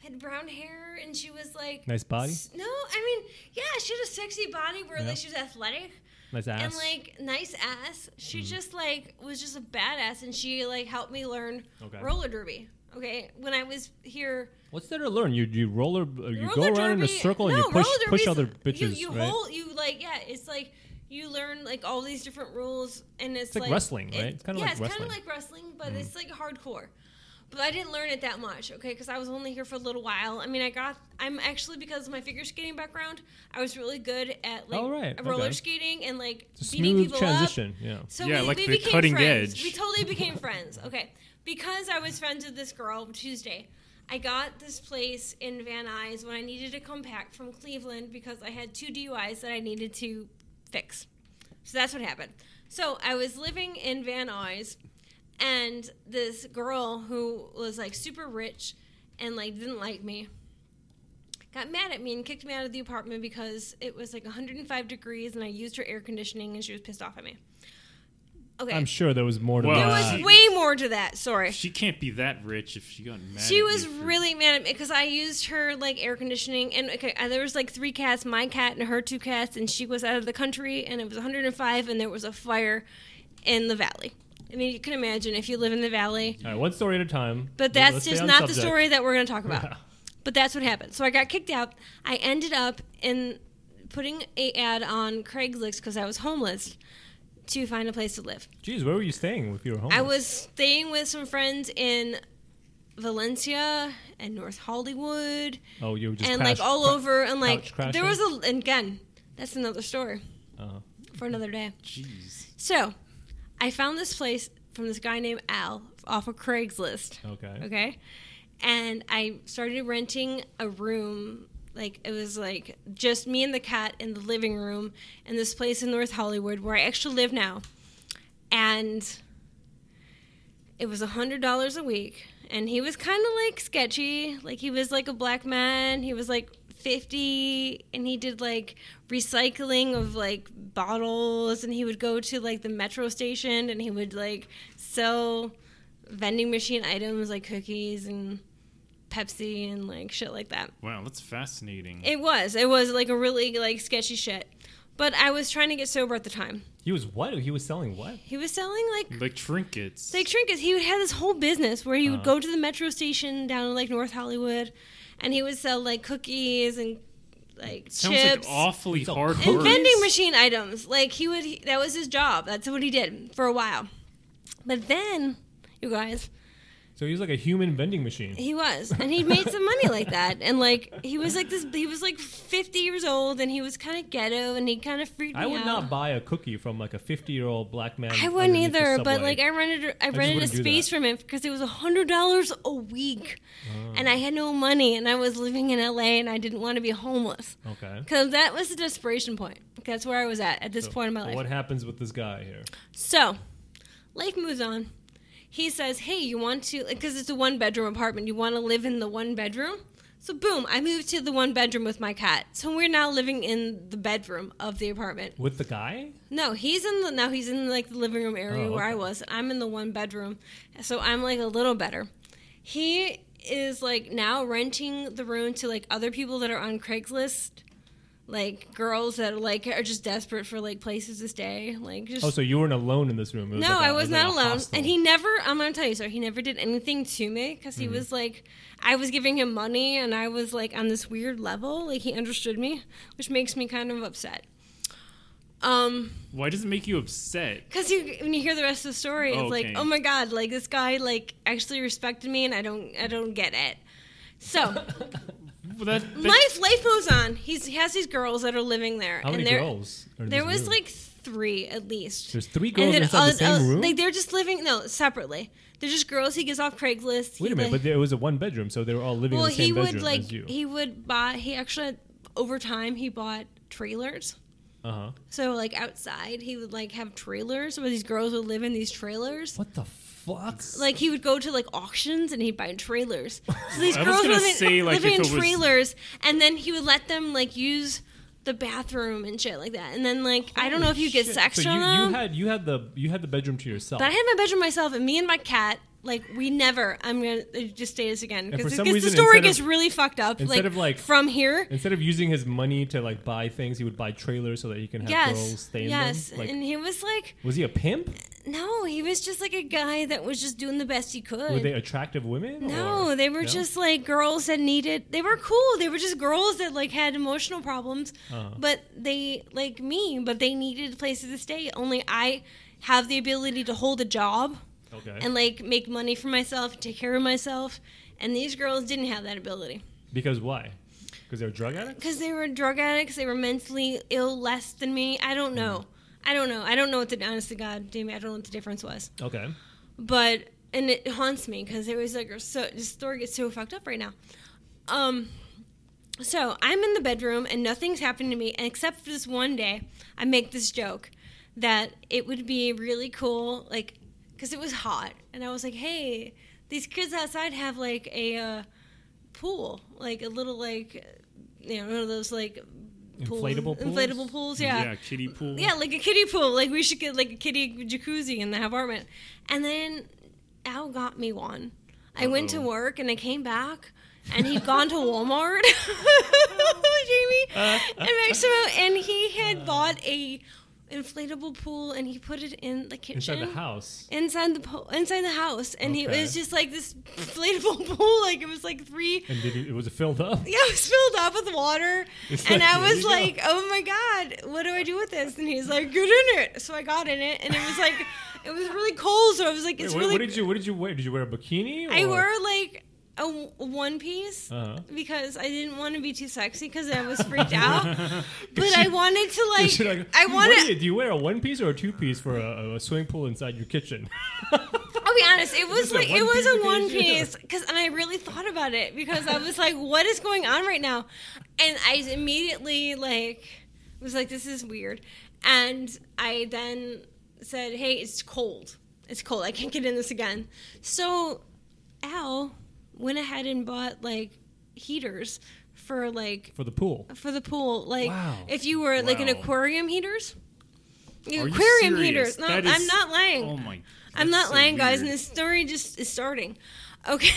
had brown hair and she was like
nice body
s- No, I mean, yeah, she had a sexy body where
Yeah.
like she was athletic
nice ass Mm-hmm.
and like nice ass. She just like was just a badass and she like helped me learn
Okay.
roller derby. Okay, when I was here,
what's there to learn you you roller you
roller
go around in
derby,
a circle and
no,
you push
roller
push
derby's-
other bitches
You, you
right
hold, you like, yeah, it's like you learn like all these different rules, and it's,
It's like wrestling, right?
it-
It's kinda
yeah,
like
it's kind
wrestling. Mm-hmm.
of like wrestling, but it's like hardcore. But I didn't learn it that much, okay? Because I was only here for a little while. I mean, I got I'm actually because of my figure skating background, I was really good at like
All Oh, right,
roller
okay.
skating and like
it's a
beating
smooth
people up.
transition yeah
So
Yeah,
we,
like
we
the
became
cutting
friends.
edge.
We totally became friends. Okay. Because I was friends with this girl Tuesday, I got this place in Van Nuys when I needed to come back from Cleveland because I had two DUIs that I needed to fix. So that's what happened. So I was living in Van Nuys and this girl who was like super rich and like didn't like me got mad at me and kicked me out of the apartment because it was like 105 degrees and I used her air conditioning and she was pissed off at me. Okay.
I'm sure there was more to
Well,
there
that
was
she-
way more to that. Sorry.
She can't be that rich if she got mad.
She
at
was
you for-
really mad at me because I used her like air conditioning and okay, uh, there was like three cats, my cat and her two cats, and she was out of the country and it was 105 and there was a fire in the valley. I mean, you can imagine if you live in the valley.
all right one story at a time
But
Let's
that's
stay
just
on
not the
subject.
story that we're going to talk about.
Yeah.
But that's what happened. So I got kicked out. I ended up in putting a ad on Craigslist because I was homeless to find a place to live.
Jeez, where were you staying if you were home
I was staying with some friends in Valencia and North Hollywood
oh you were just
and
crash-
like all
cra-
over and like
couch
there was a and again that's another story
Uh-huh.
for another day.
Jeez.
So I found this place from this guy named Al off of Craigslist.
okay
Okay. And I started renting a room. Like, it was like just me and the cat in the living room in this place in North Hollywood where I actually live now. And it was $100 a week. and he was kind of like sketchy. Like he was like a black man. He was like 50 and he did like recycling of like bottles and he would go to like the metro station and he would like sell vending machine items like cookies and Pepsi and like shit like that.
Wow, that's fascinating.
It was. It was like a really like sketchy shit. But I was trying to get sober at the time.
He was what? He was selling what?
He was selling like
like trinkets.
like trinkets. He would have this whole business where he would
Uh-huh.
go to the metro station down in like North Hollywood, and he would sell like cookies and like
Sounds
chips
like awfully
It's a
hard
and
work.
vending machine items. Like he would. He, that was his job. That's what he did for a while. But then, you guys,
So he was like a human vending machine.
he was, and he made some money like that. And like he was like this. He was like 50 years old, and he was kind of ghetto, and he kind of freaked me
I would
out.
not buy a cookie from like a 50 year old black man.
I wouldn't
underneath the
either, but
subway.
like I rented, I rented a
wouldn't do
space
that.
from him because it was hundred dollars a week, and I had no money, and I was living in LA, and I didn't want to be homeless
okay.
because that was the desperation point. That's where I was at at this
So
point in my life.
What happens with this guy here?
So, life moves on. He says, "Hey, you want to? Because it's a one-bedroom apartment. You want to live in the one bedroom." So, boom! I moved to the one bedroom with my cat. So we're now living in the bedroom of the apartment.
With the guy?
No, he's in the now he's in like the living room area
Oh,
where I
okay.
was. I'm in the one bedroom. So I'm like a little better. He is like now renting the room to like other people that are on Craigslist. Like girls that like are just desperate for like places to stay. Like just
Oh, so you weren't alone in this room. It
no,
like a-
I
it
was
like
not
a
alone.
hostel.
And he never, I'm going to tell you, sir, he never did anything to me because
Mm-hmm.
he was like, I was giving him money and I was like on this weird level. Like he understood me, which makes me kind of upset. Um,
Why does it make you upset?
because you, when you hear the rest of the story, it's
Okay.
like, oh my god, like this guy like actually respected me, and I don't, I don't get it. So
Well, that, that-
life, life moves on. He's he has these girls that are living there,
How many
and there,
girls? are in
there
this
was
room?
like three at least.
There's three girls inside the same
oth-
room.
uh, like they're just living no separately. They're just girls he gets off Craigslist. He,
Wait a
like-
minute, but there was a one bedroom, so they were all living
well,
in the same
he
bedroom
would like
as you.
he would buy. He actually over time he bought trailers.
uh huh.
So like outside, he would like have trailers where these girls would live in these trailers.
What the fuck?
like he would go to like auctions and he'd buy trailers. So these
I was
girls were
gonna
living,
say, like,
living
if
in
it was-
trailers, and then he would let them like use the bathroom and shit like that. And then like I don't know if you get sex
so
from
you,
them,
you had you had the you had the bedroom to yourself.
but I had my bedroom myself, and me and my cat. Like we never, I'm gonna uh, just say this again
for
because
some
the
reason,
story
instead
gets
of-
really fucked up.
instead
Like,
of, like-
from here,
Instead of using his money to like buy things, he would buy trailers so that he can have girls
yes,
stay in
yes,
them. Like,
and he was like,
was he a pimp?
no, he was just like a guy that was just doing the best he could.
Were they attractive women?
No,
or-
they were
no?
just like girls that needed. They were cool. They were just girls that like had emotional problems,
Uh-huh.
but they like me. But they needed places to stay. Only I have the ability to hold a job
okay.
and like make money for myself, take care of myself. And these girls didn't have that ability
because why? Because they were drug addicts.
because they were drug addicts. They were mentally ill, less than me. I don't know. I don't know. I don't know what the honest to God, damn it, I don't know what the difference was.
Okay.
but and it haunts me because it was like so the story gets so fucked up right now um so i'm in the bedroom and nothing's happened to me except for this one day i make this joke that it would be really cool like because it was hot and i was like hey these kids outside have like a uh, pool like a little like you know one of those like pools-
Inflatable pools?
inflatable pools
yeah. kiddie pool.
yeah, like a kiddie pool. Like we should get like a kiddie jacuzzi in the apartment. And then Al got me one. I went to
Uh-oh.
work and I came back and he'd gone to Walmart, Jamie, in Mexico, and he
Uh.
had bought a inflatable pool and he put it in the kitchen
Inside the house.
inside the po- inside the house and he it
Okay.
was just like this inflatable pool like it was like three
And did it, it was filled up.
yeah, it was filled up with water.
It's
and
like,
I
here you
was
go.
like, oh my God, what do I do with this? And he's like, get in it. So I got in it, and it was like, it was really cold. So I was like,
Wait,
it's
what,
really.
what did you What did you wear? Did you wear a bikini?
I
or-
wore like a w- one piece
Uh-huh.
because I didn't want to be too sexy because I was freaked out. but I wanted to like,
Should I,
I
What do,
wanted.
you, do you wear a one piece or a two piece for a, a swimming pool inside your kitchen?
I'll be honest, it was
this a
like it
one
was
piece
a one
occasion?
piece because, and I really thought about it because I was like, what is going on right now? And I immediately like was like, this is weird, and I then said, hey, it's cold, it's cold, I can't get in this again. So Al went ahead and bought like heaters for like
for the pool.
for the pool. Like
Wow.
if you were like an
Wow.
aquarium heaters.
Are you
aquarium
serious?
heaters. No,
That
I'm
is-
not lying.
Oh my. that's
I'm not
so
lying, guys, and
weird.
this story just is starting. Okay.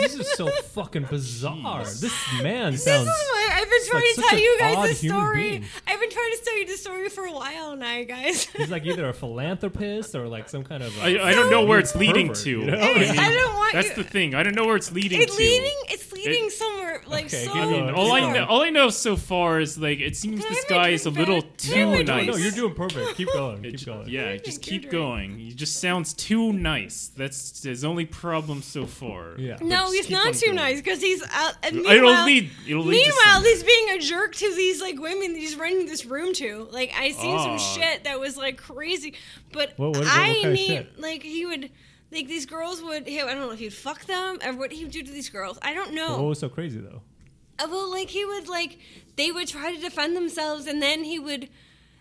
This is so fucking bizarre.
Jeez.
This man
This is
sounds.
why I've been trying to
like such
tell
an
you
odd
guys this
human
story.
being.
I've been trying to tell you this story for a while now, guys.
He's like either a philanthropist or like some kind of. uh,
I, I don't know where it's
Pervert,
leading to.
you know?
I
It's-
mean,
I don't want
That's
you-
the thing. I don't know where it's leading
it's
to.
leading. It's leading
It-
somewhere like
Okay,
so.
keep
I mean,
Oh,
all I
sorry.
know, all I know so far is like it seems
Can I
this
have my
guy is a
drink
little
back? Can I have
too
my
No,
drink
nice.
no, you're doing perfect. Keep going.
It
Keep
ju-
going.
Yeah,
Drink,
just
drink,
keep
drink.
going. He just sounds too nice. That's his only problem so far.
Yeah.
But
No,
just
he's
keep
not
on
too
going.
nice because he's out. And
It'll
meanwhile,
lead- it'll lead to
meanwhile,
something.
he's being a jerk to these like women that he's running this room to. Like I seen
Oh.
some shit that was like crazy, but
What- what- what
I
kind of
need
shit?
like he would like these girls would. He, I don't know if he'd fuck them or what he would do to these girls. I don't know.
What was Oh, so crazy though?
Uh, Well, like he would like they would try to defend themselves, and then he would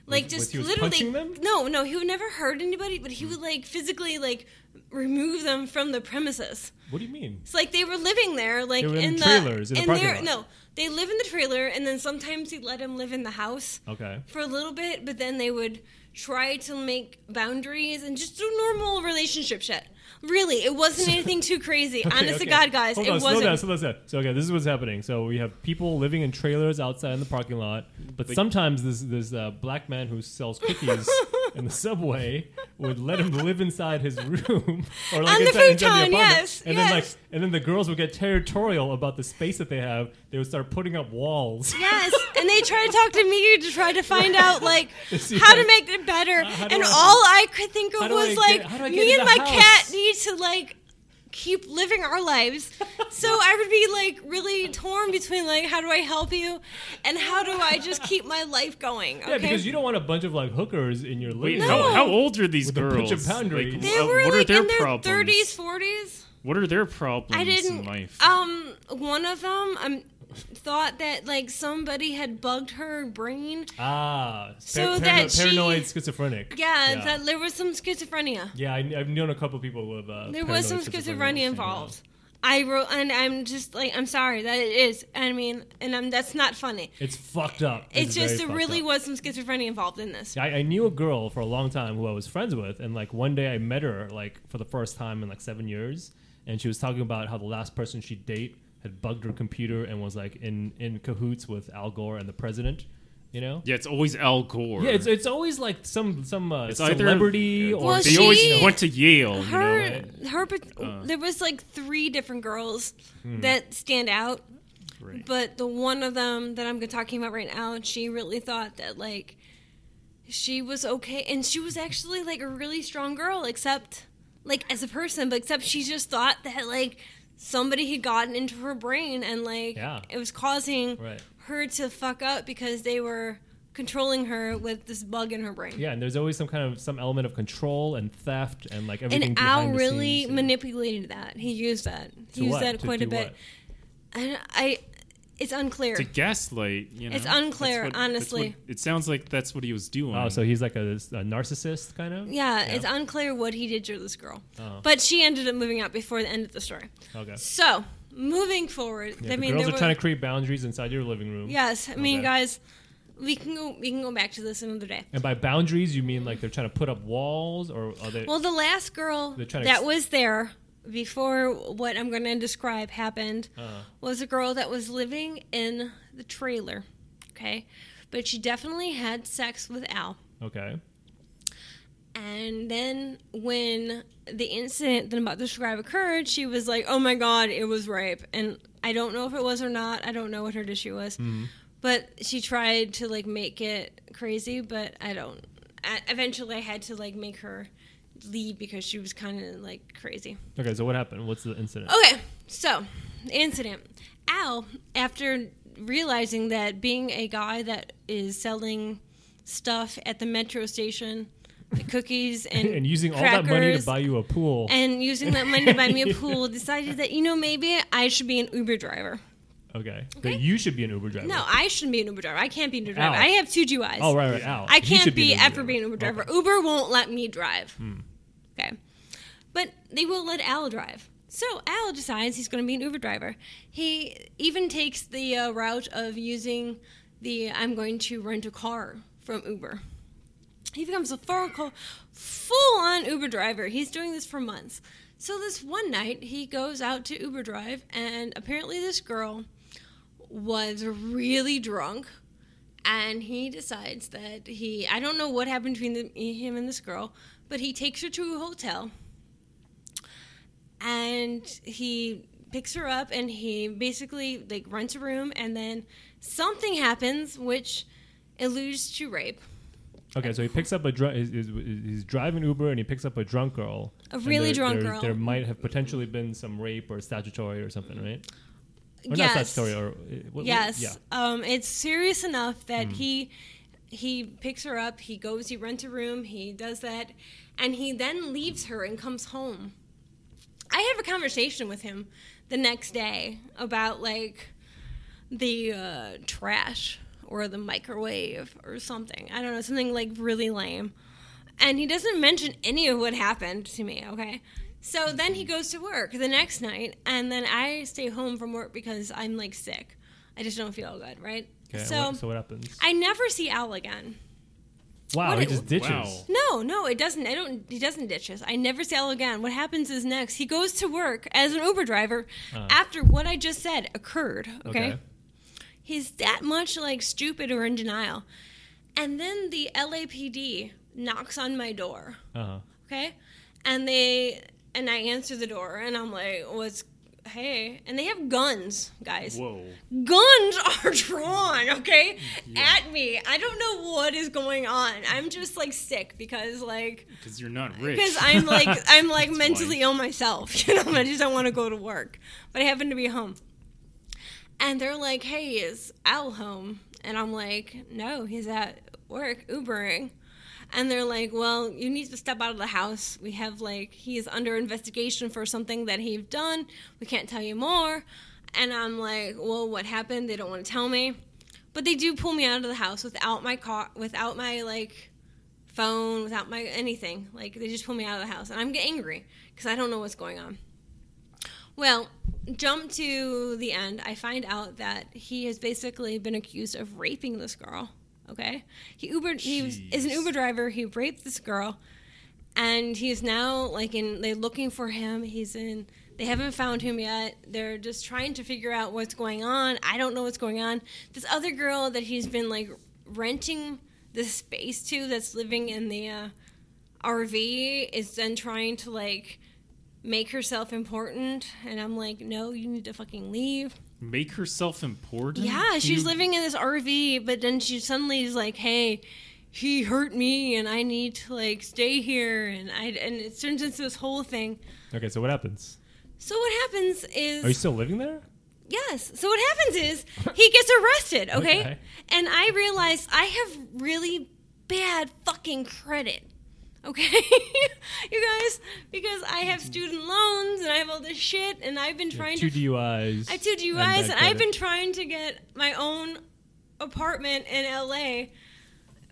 like
Was- was
just
he was
literally
punching them?
no, no, he would never hurt anybody, but he would like physically like remove them from the premises.
What do you mean?
It's like they were living there, like
They were in
the
trailers in the parking
their-
lot.
No, they live in the trailer, and then sometimes he'd let him live in the house
Okay.
for a little bit, but then they would try to make boundaries and just do normal relationship shit. Really, it wasn't anything too crazy. Honest to God, guys,
Hold
it
on,
wasn't.
Slow down, slow down, slow down. So okay, this is what's happening. So we have people living in trailers outside in the parking lot, but
Like-
sometimes this this uh, black man who sells cookies in the subway would let him live inside his room or like
On the
inside, inside the
futon,
apartment.
yes,
and then like
yes.
and then the girls would get territorial about the space that they have. They would start putting up walls.
Yes, and they try to talk to me to try to find out like
See,
how to
like,
make it better.
how do
and
I-
all I could think
how
of
do I
was
get-
like
how do I get
me
in
and
the
my cat
house?
need to like keep living our lives. so I would be like really torn between like how do I help you and how do I just keep my life going? Okay.
Yeah, because you don't want a bunch of like hookers in your
Wait,
living
No.
how,
room.
how old are these
With a
girls?
bunch of boundaries.
Like,
they
wha-
were
what are
like
their
in their
problems?
30s, 40s.
What are their problems
I
in
didn't.
life?
Um, one of them, um, thought that like somebody had bugged her brain.
Ah,
So
par-
that she-
paranoid schizophrenic.
Yeah,
yeah.
that there was some schizophrenia.
Yeah, I, I've known a couple people with uh,
There was some
paranoid
schizophrenia
yeah.
involved. I wrote, and I'm just like, I'm sorry that it is. I mean, and I'm that's not funny.
It's fucked up.
It's, just
very
there
fucked
really
up.
was some schizophrenia involved in this.
I, I knew a girl for a long time who I was friends with, and like one day I met her like for the first time in like seven years, and she was talking about how the last person she date had bugged her computer and was like in in cahoots with Al Gore and the president, you know.
yeah, it's always Al Gore.
Yeah, it's, it's always like some some uh,
It's either-
celebrity or
Well,
they always
she-
went to Yale.
Her,
you know?
her, pat-
Uh.
there was like three different girls
Hmm.
that stand out,
Right.
but the one of them that I'm talking about right now, she really thought that like she was okay, and she was actually like a really strong girl, except like as a person, but except she just thought that like somebody had gotten into her brain and like
Yeah.
it was causing
Right.
her to fuck up because they were controlling her with this bug in her brain.
yeah, and there's always some kind of some element of control and theft and like everything.
And Al
behind the
really
scenes and-
manipulated that. He used that.
To
He used
what?
that
To
quite
do
a bit.
what?
And I, it's unclear.
to gaslight. You know,
It's
That's
unclear,
what- that's
honestly.
what- it sounds like that's what he was doing.
Oh, so he's like a, a narcissist kind of.
yeah, it's unclear what he did to this girl.
Oh.
But she ended up moving out before the end of the story.
Okay.
So moving forward,
Yeah,
I
the
mean,
girls
there
are
were,
trying to create boundaries inside your living room.
yes, I mean,
Okay.
guys, we can go, we can go back to this another day.
And by boundaries, you mean like they're trying to put up walls, or are they?
Well, the last girl
They're trying to
that
ex-
was there before what I'm going to describe happened
Uh-huh.
was a girl that was living in the trailer. Okay. But she definitely had sex with Al.
okay.
And then when the incident that I'm about to describe occurred, she was like, oh my God, it was rape. And I don't know if it was or not. I don't know what her issue was. But she tried to like make it crazy, but I don't. I, eventually, I had to like make her leave because she was kind of like crazy.
Okay. So what happened? What's the incident?
Okay, so the incident. Al, after realizing that being a guy that is selling stuff at the metro station, like cookies and,
and using all that money to
Oh, crackers,
buy you a pool.
and using that money to buy me a pool, decided that you know maybe I should be an Uber driver.
okay. That you should be an Uber driver.
No, I shouldn't be an Uber driver. I can't be an Uber driver.
Al.
I have two GUIs.
Oh right, right. Al.
I
He
can't
should
be,
an
ever being an Uber driver.
Okay.
Uber won't let me drive. Okay. But they will let Al drive. So Al decides he's going to be an Uber driver. He even takes the uh, route of using the I'm going to rent a car from Uber. He becomes a full, full on Uber driver. He's doing this for months. So this one night, he goes out to Uber drive, and apparently this girl was really drunk and he decides that he i don't know what happened between the, him and this girl but he takes her to a hotel and he picks her up and he basically like rents a room and then something happens which alludes to rape
Okay, so he picks up a drunk. He's, he's, he's driving Uber and he picks up a drunk girl.
A
And
really
there-
drunk
there-
girl.
There might have potentially been some rape or statutory or something, right? Or
Yes.
not statutory or uh, what- what-
yes
yeah. Hmm.
um, it's serious enough that he he picks her up he goes he rents a room he does that and he then leaves her and comes home i have a conversation with him the next day about like the uh, trash or the microwave or something i don't know something like really lame and he doesn't mention any of what happened to me okay so then he goes to work the next night and then i stay home from work because i'm like sick i just don't feel good right
Okay,
so
what, so what happens?
i never see al again
wow,
what
he
it-
just ditches.
Wow.
no no it doesn't i don't he doesn't ditch us i never see al again what happens is next he goes to work as an uber driver
Uh.
after what i just said occurred
Okay.
okay he's that much like stupid or in denial and then the lapd knocks on my door
Uh-huh.
okay and they and i answer the door and i'm like what's hey and they have guns guys
Whoa.
guns are drawn okay at me i don't know what is going on i'm just like sick because like
Because you're not rich.
because i'm like i'm like
That's
mentally
why.
ill myself you know i just don't want to go to work but i happen to be home and they're like hey is al home and i'm like no he's at work ubering and they're like, "Well, you need to step out of the house. We have like he is under investigation for something that he's done. We can't tell you more." And I'm like, "Well, what happened? They don't want to tell me." But they do pull me out of the house without my car, without my like phone, without my anything. Like they just pull me out of the house, and I'm getting angry because I don't know what's going on. Well, jump to the end. I find out that he has basically been accused of raping this girl. Okay, he Ubered. He was, is an
Jeez.
Uber driver. He raped this girl, and he is now like in. They're looking for him. He's in. They haven't found him yet. They're just trying to figure out what's going on. I don't know what's going on. This other girl that he's been like renting the space to, that's living in the uh, RV, is then trying to like make herself important and i'm like no you need to fucking leave
Make herself important.
yeah she's
You-
living in this rv but then she suddenly is like hey he hurt me and i need to like stay here and i and it turns into this whole thing
Okay, so what happens?
so what happens
Are you
is
still living there?
yes so what happens is he gets arrested okay,
Okay.
and i realize i have really bad fucking credit okay you guys because i have student loans and i have all this shit and i've been trying
Mm-hmm. Two
to
DUIs.
I have two DUIs,
bad
and, I've
credit.
been trying to get my own apartment in LA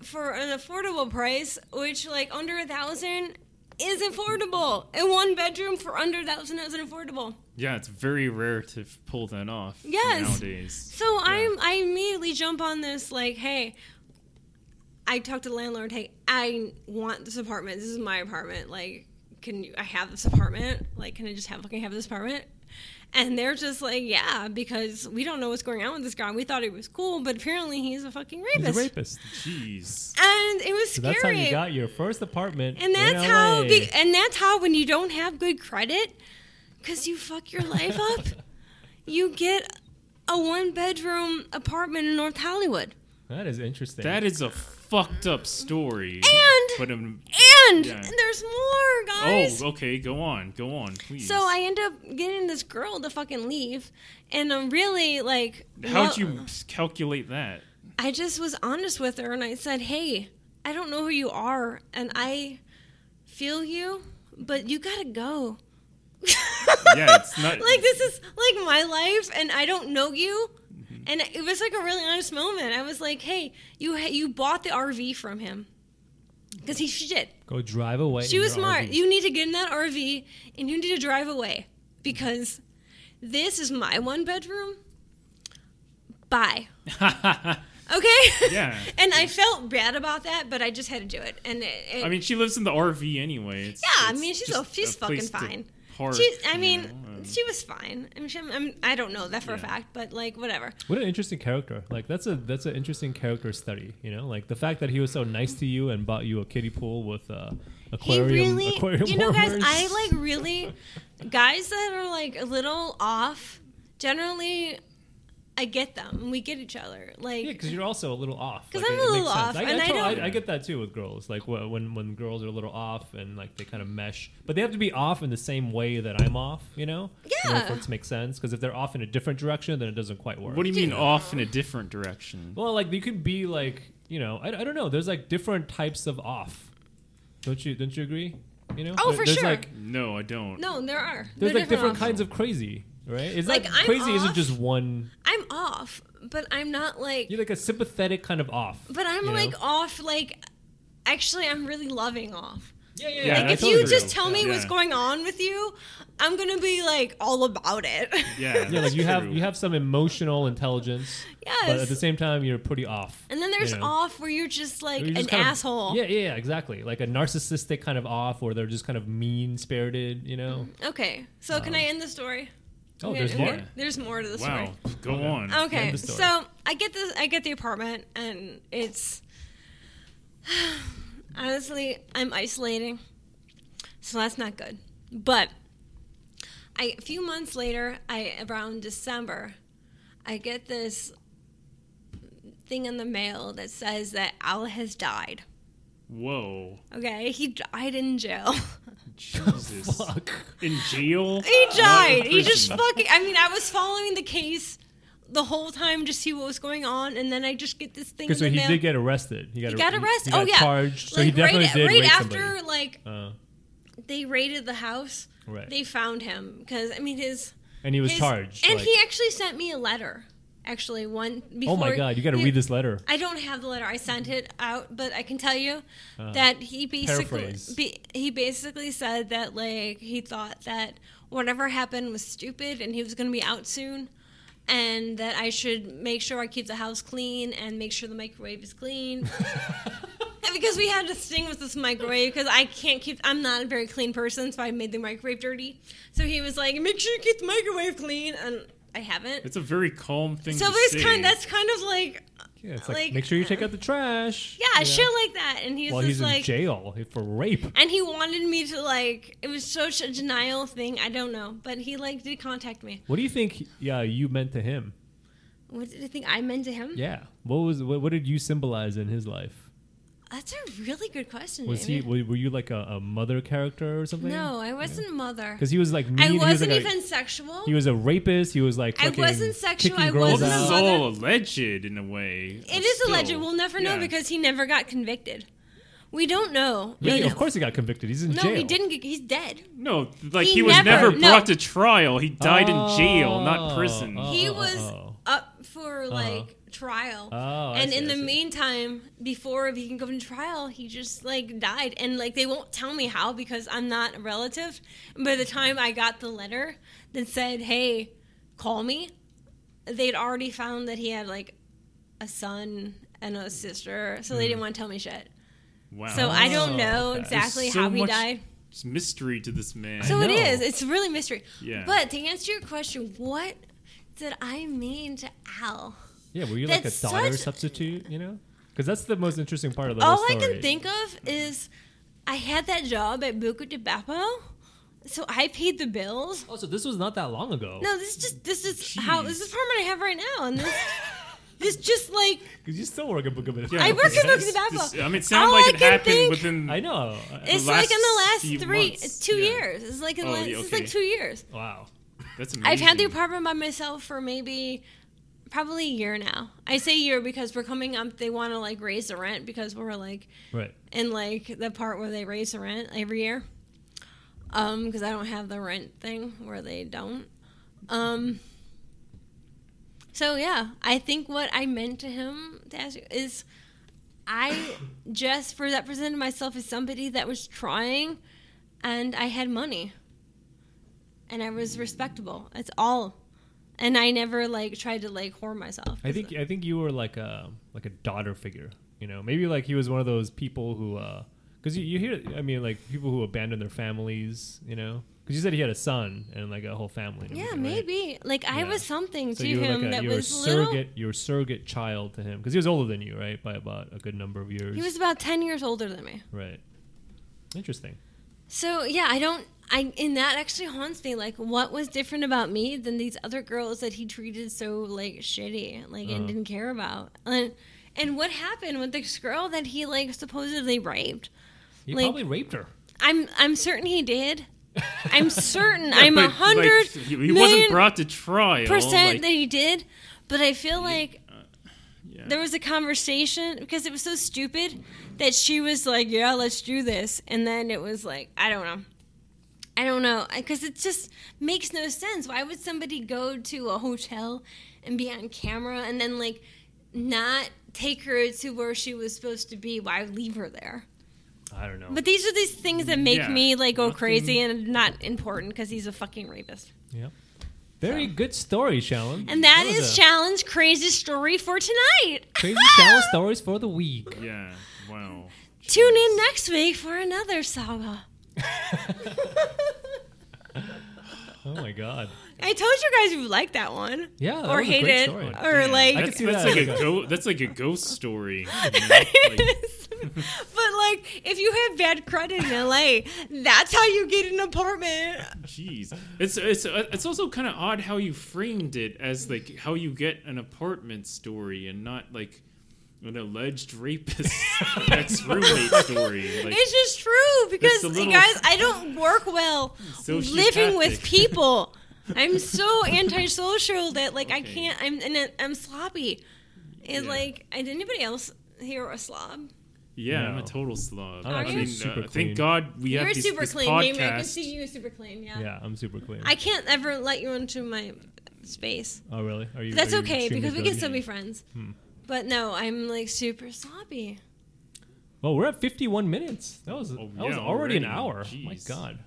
for an affordable price, which like under a thousand is affordable. And one bedroom for under a thousand is affordable.
Yeah, it's very rare to f- pull that off
Yes.
nowadays.
So I'm I immediately jump on this like, hey, I talk to the landlord, hey, I want this apartment. This is my apartment. Like, can you I have this apartment? Like, can I just have fucking have this apartment? And they're just like, yeah, because we don't know what's going on with this guy. We thought he was cool, but apparently he's a fucking
He's a
rapist.
rapist.
Jeez.
and it was
So
scary.
that's how you got your first apartment.
And
in
that's how,
LA.
be, and that's how when you don't have good credit, because you fuck your life up, you get a one bedroom apartment in North Hollywood.
That is interesting.
That is a fucked up story.
And-
but um,
And
Yeah.
there's more, guys.
oh, okay. Go on. Go on, please.
so I end up getting this girl to fucking leave, and I'm really like,
How'd
lo-
you s- calculate that?
I just was honest with her and I said, Hey, I don't know who you are and I feel you, but you gotta go.
Yeah, it's not-
like this is like my life and I don't know you.
Mm-hmm.
And it was like a really honest moment. I was like, "Hey, you ha- you bought the RV from him because he she did.
Go drive away.
She
in
was
your
smart.
RV.
You need to get in that RV and you need to drive away because this is my one bedroom. Bye. Okay.
Yeah.
and I felt bad about that, but I just had to do it. And it, it-
I mean, she lives in the RV anyway. It's,
Yeah, I
it's
mean, she's
just
a- she's fucking
place to
fine.
park,
she, I
you
mean,
uh,
know, and-
she was fine. I'm, sure- I'm, I don't know that for a
Yeah.
fact, but like whatever.
What an interesting character! Like that's a that's an interesting character study. You know, like the fact that he was so nice to you and bought you a kiddie pool with uh, aquarium.
he really,
aquarium
you know, guys,
warmers.
I like really guys that are like a little off. Generally, I get them, and we get each other. Like,
Yeah, because you're also a little off.
'Cause
Like,
I'm a
it makes
little
sense.
off, and I
totally-
don't-
I get that too with girls. Like wh- when when girls are a little off and like they kind of mesh, but they have to be off in the same way that I'm off. You know, You know, if
Yeah.
it makes sense because if they're off in a different direction, then it doesn't quite work.
What do you mean
Yeah.
off in a different direction?
well, like you could be like you know, I, I don't know. There's like different types of off. Don't you don't you agree? You know,
Oh,
There-
for
there's
sure.
Like,
no, I don't.
no, there are.
there's
They're
like different
off.
kinds of crazy, right? Is
Like,
that
I'm
crazy? Isn't
off.
just one.
I'm off, but I'm not like.
You're like a sympathetic kind of off.
But I'm
you know?
like off. Like, actually, I'm really loving off.
yeah, yeah.
Yeah,
yeah
I
if
feel
you
you.
just tell me
Yeah.
what's going on with you, I'm gonna be like all about it.
Yeah.
yeah, like you have
true.
you have some emotional intelligence, but at
yes.
the same time you're pretty off.
and then there's
you know.
off where you're just like
You're just
an
kind of-
asshole.
yeah, yeah, yeah, exactly. Like a narcissistic kind of off, or they're just kind of mean spirited. You know.
Okay, so can I end the story?
Oh,
Okay,
there's
okay.
more.
There's more to the
Wow.
story.
Go on.
Okay,
End the story.
so I get this. I get the apartment, and it's honestly I'm isolating, so that's not good. But I a few months later, I around December, I get this thing in the mail that says that Al has died.
Whoa.
Okay, he died in jail.
Jesus.
Fuck.
In jail?
He died.
in
He just
prison.
fucking. I mean, I was following the case the whole time to see what was going on, and then I just get this thing.
Okay,
in
so
the
he
mail.
did get arrested. He got,
He
ar-
got
he-
arrested.
He got
oh yeah,
charged. so he
Like,
definitely
right,
did
right
rape
after
somebody.
like
Uh,
they raided the house.
right.
They found him because I mean his
and he was
his-
charged.
and
like-
he actually sent me a letter. Actually, one before.
oh my god, you got to
he-
read this letter.
I don't have the letter. I sent it out, but I can tell you
Uh,
that he basically
paraphrase.
be, he basically said that like he thought that whatever happened was stupid and he was going to be out soon and that I should make sure I keep the house clean and make sure the microwave is clean. And because we had this thing with this microwave because I can't keep I'm not a very clean person, so I made the microwave dirty. So he was like, "Make sure you keep the microwave clean." And I haven't.
It's a very calm thing
So
to
it's
say.
kind that's kind of like
yeah, it's like,
like,
make sure you take
uh,
out the trash.
yeah,
you know?
shit like that. And he was
While
just
he's in
like,
jail eh, for rape.
and he wanted me to like, it was such a denial thing. I don't know, but he like did contact me.
What do you think? Yeah, you meant to him.
What did I think I meant to him?
Yeah. What was what, what did you symbolize in his life?
That's a really good question.
Was he
Jamie.
were, were you like a, a mother character or something?
No, I wasn't a mother.
Because he was like mean.
I
he was,
wasn't
like, a-
even sexual.
he was a rapist. He was like.
I
fucking
wasn't sexual,
kicking
I
girls
well,
wasn't
this
a
is
out.
mother-
all alleged in a way.
it is
still.
alleged. We'll never know
Yeah.
because he never got convicted. We don't know.
Yeah,
We
of
don't-
course he got convicted. He's in
No,
jail.
he didn't. Get, he's dead.
No, like he,
He
was never,
never- no.
brought to trial. He died in jail, not
Oh,
prison.
oh.
he was up for like trial.
Uh-huh. Oh, I
and
see,
in
I
the
see.
meantime, before he can go to trial, he just like died. And like they won't tell me how because I'm not a relative. And by the time I got the letter that said, "Hey, call me," they'd already found that he had like a son and a sister, so they didn't want to tell me shit.
Wow.
So I don't
Hmm. Oh,
know
okay.
exactly
There's so
how he
much-
died.
It's mystery to this man.
So it
know.
is. It's really mystery.
Yeah.
But to answer your question, what did I mean to Al?
Yeah, were you like a
That's
daughter
such-
substitute? You know, because that's the most interesting part of the
All
whole
I
story.
can think of is I had that job at Buca de Beppo, so I paid the bills.
Oh, so this was not that long ago.
No, this is just this is how this is the apartment I have right now, and this this just like
Because you still work at Book of It.
Yeah,
I work at
that's-
Buca de Beppo.
this- I mean, it sounded
All
like
I
it
can
happened
think
within.
I know. I-
it's
The
like in the
last
last
few
three
months,
it's two
yeah.
years. It's like in the
Oh,
last
yeah,
it's
okay.
like two years.
wow.
That's amazing.
I've had the apartment by myself for maybe probably a year now. I say year because we're coming up. They want to like raise the rent because we're like
Right.
in like the part where they raise the rent every year. Um, because I don't have the rent thing where they don't. Um. So yeah, I think what I meant to him to ask you is, I just represented myself as somebody that was trying, and I had money. and I was respectable. That's all. And I never like tried to like whore myself.
I think I think you were like a like a daughter figure. You know, maybe like he was one of those people who, because you, you hear, I mean, like people who abandon their families. You know, because you said he had a son and like a whole family. and
yeah,
everything, right?
maybe. Like I
Yeah.
was something
So
to
you were
him
like a,
that
you were a
was
surrogate,
little.
you were a surrogate child to him because he was older than you, right? By about a good number of years.
He was about ten years older than me.
right. Interesting.
So yeah, I don't. I and that actually haunts me. Like, what was different about me than these other girls that he treated so like shitty, like
Uh-huh.
and didn't care about? And and what happened with this girl that he like supposedly raped?
He
Like-
probably raped her.
I'm I'm certain he did. I'm certain. I'm
But,
a
like,
hundred
he, he wasn't
million
brought to trial.
percent
like,
that he did. But I feel like
yeah.
there was a conversation because it was so stupid that she was like, "Yeah, let's do this," and then it was like, I don't know. I don't know because it just makes no sense. Why would somebody go to a hotel and be on camera and then like not take her to where she was supposed to be? Why leave her there?
I don't know.
But these are these things that make
Yeah,
me like go
nothing-
crazy and not important because he's a fucking rapist.
yeah. Very good story, Shallon.
And that
was
is
a
challenge crazy story for tonight.
Crazy Shallon stories for the week.
yeah. Wow.
Tune in next week for another saga.
Oh my god.
I told you guys you liked that one.
Yeah. that
or
was a
hate
great
it,
story.
or
Damn,
like.
I
that's,
could see
that's
that.
like a go, that's like a ghost story. you know? Like,
but like, if you have bad credit in LA, that's how you get an apartment.
Jeez, it's it's uh, it's also kind of odd how you framed it as like how you get an apartment story and not like an alleged rapist ex roommate story. Like,
it's just true because
a
you
little-
guys, I don't work well living
Sociopathic.
with people. I'm so antisocial that like I
Okay.
can't. I'm and then I'm sloppy. And
Yeah.
like, did anybody else here a slob?
yeah, I'm a
No.
total slob.
I'm
I
actually
mean,
super
uh,
clean.
thank God we
You're
have these,
super
this
clean.
podcast.
Maybe I can see you super clean. Yeah.
Yeah, I'm super clean.
I can't ever let you into my space.
oh really? Are you?
That's
are you
okay
extremely
because we
good?
can still be friends.
Hmm.
But no, I'm like super sloppy.
Well, we're at 51 minutes. That was
Oh,
that was
yeah,
already
already.
an hour. Oh My
Jeez.
god.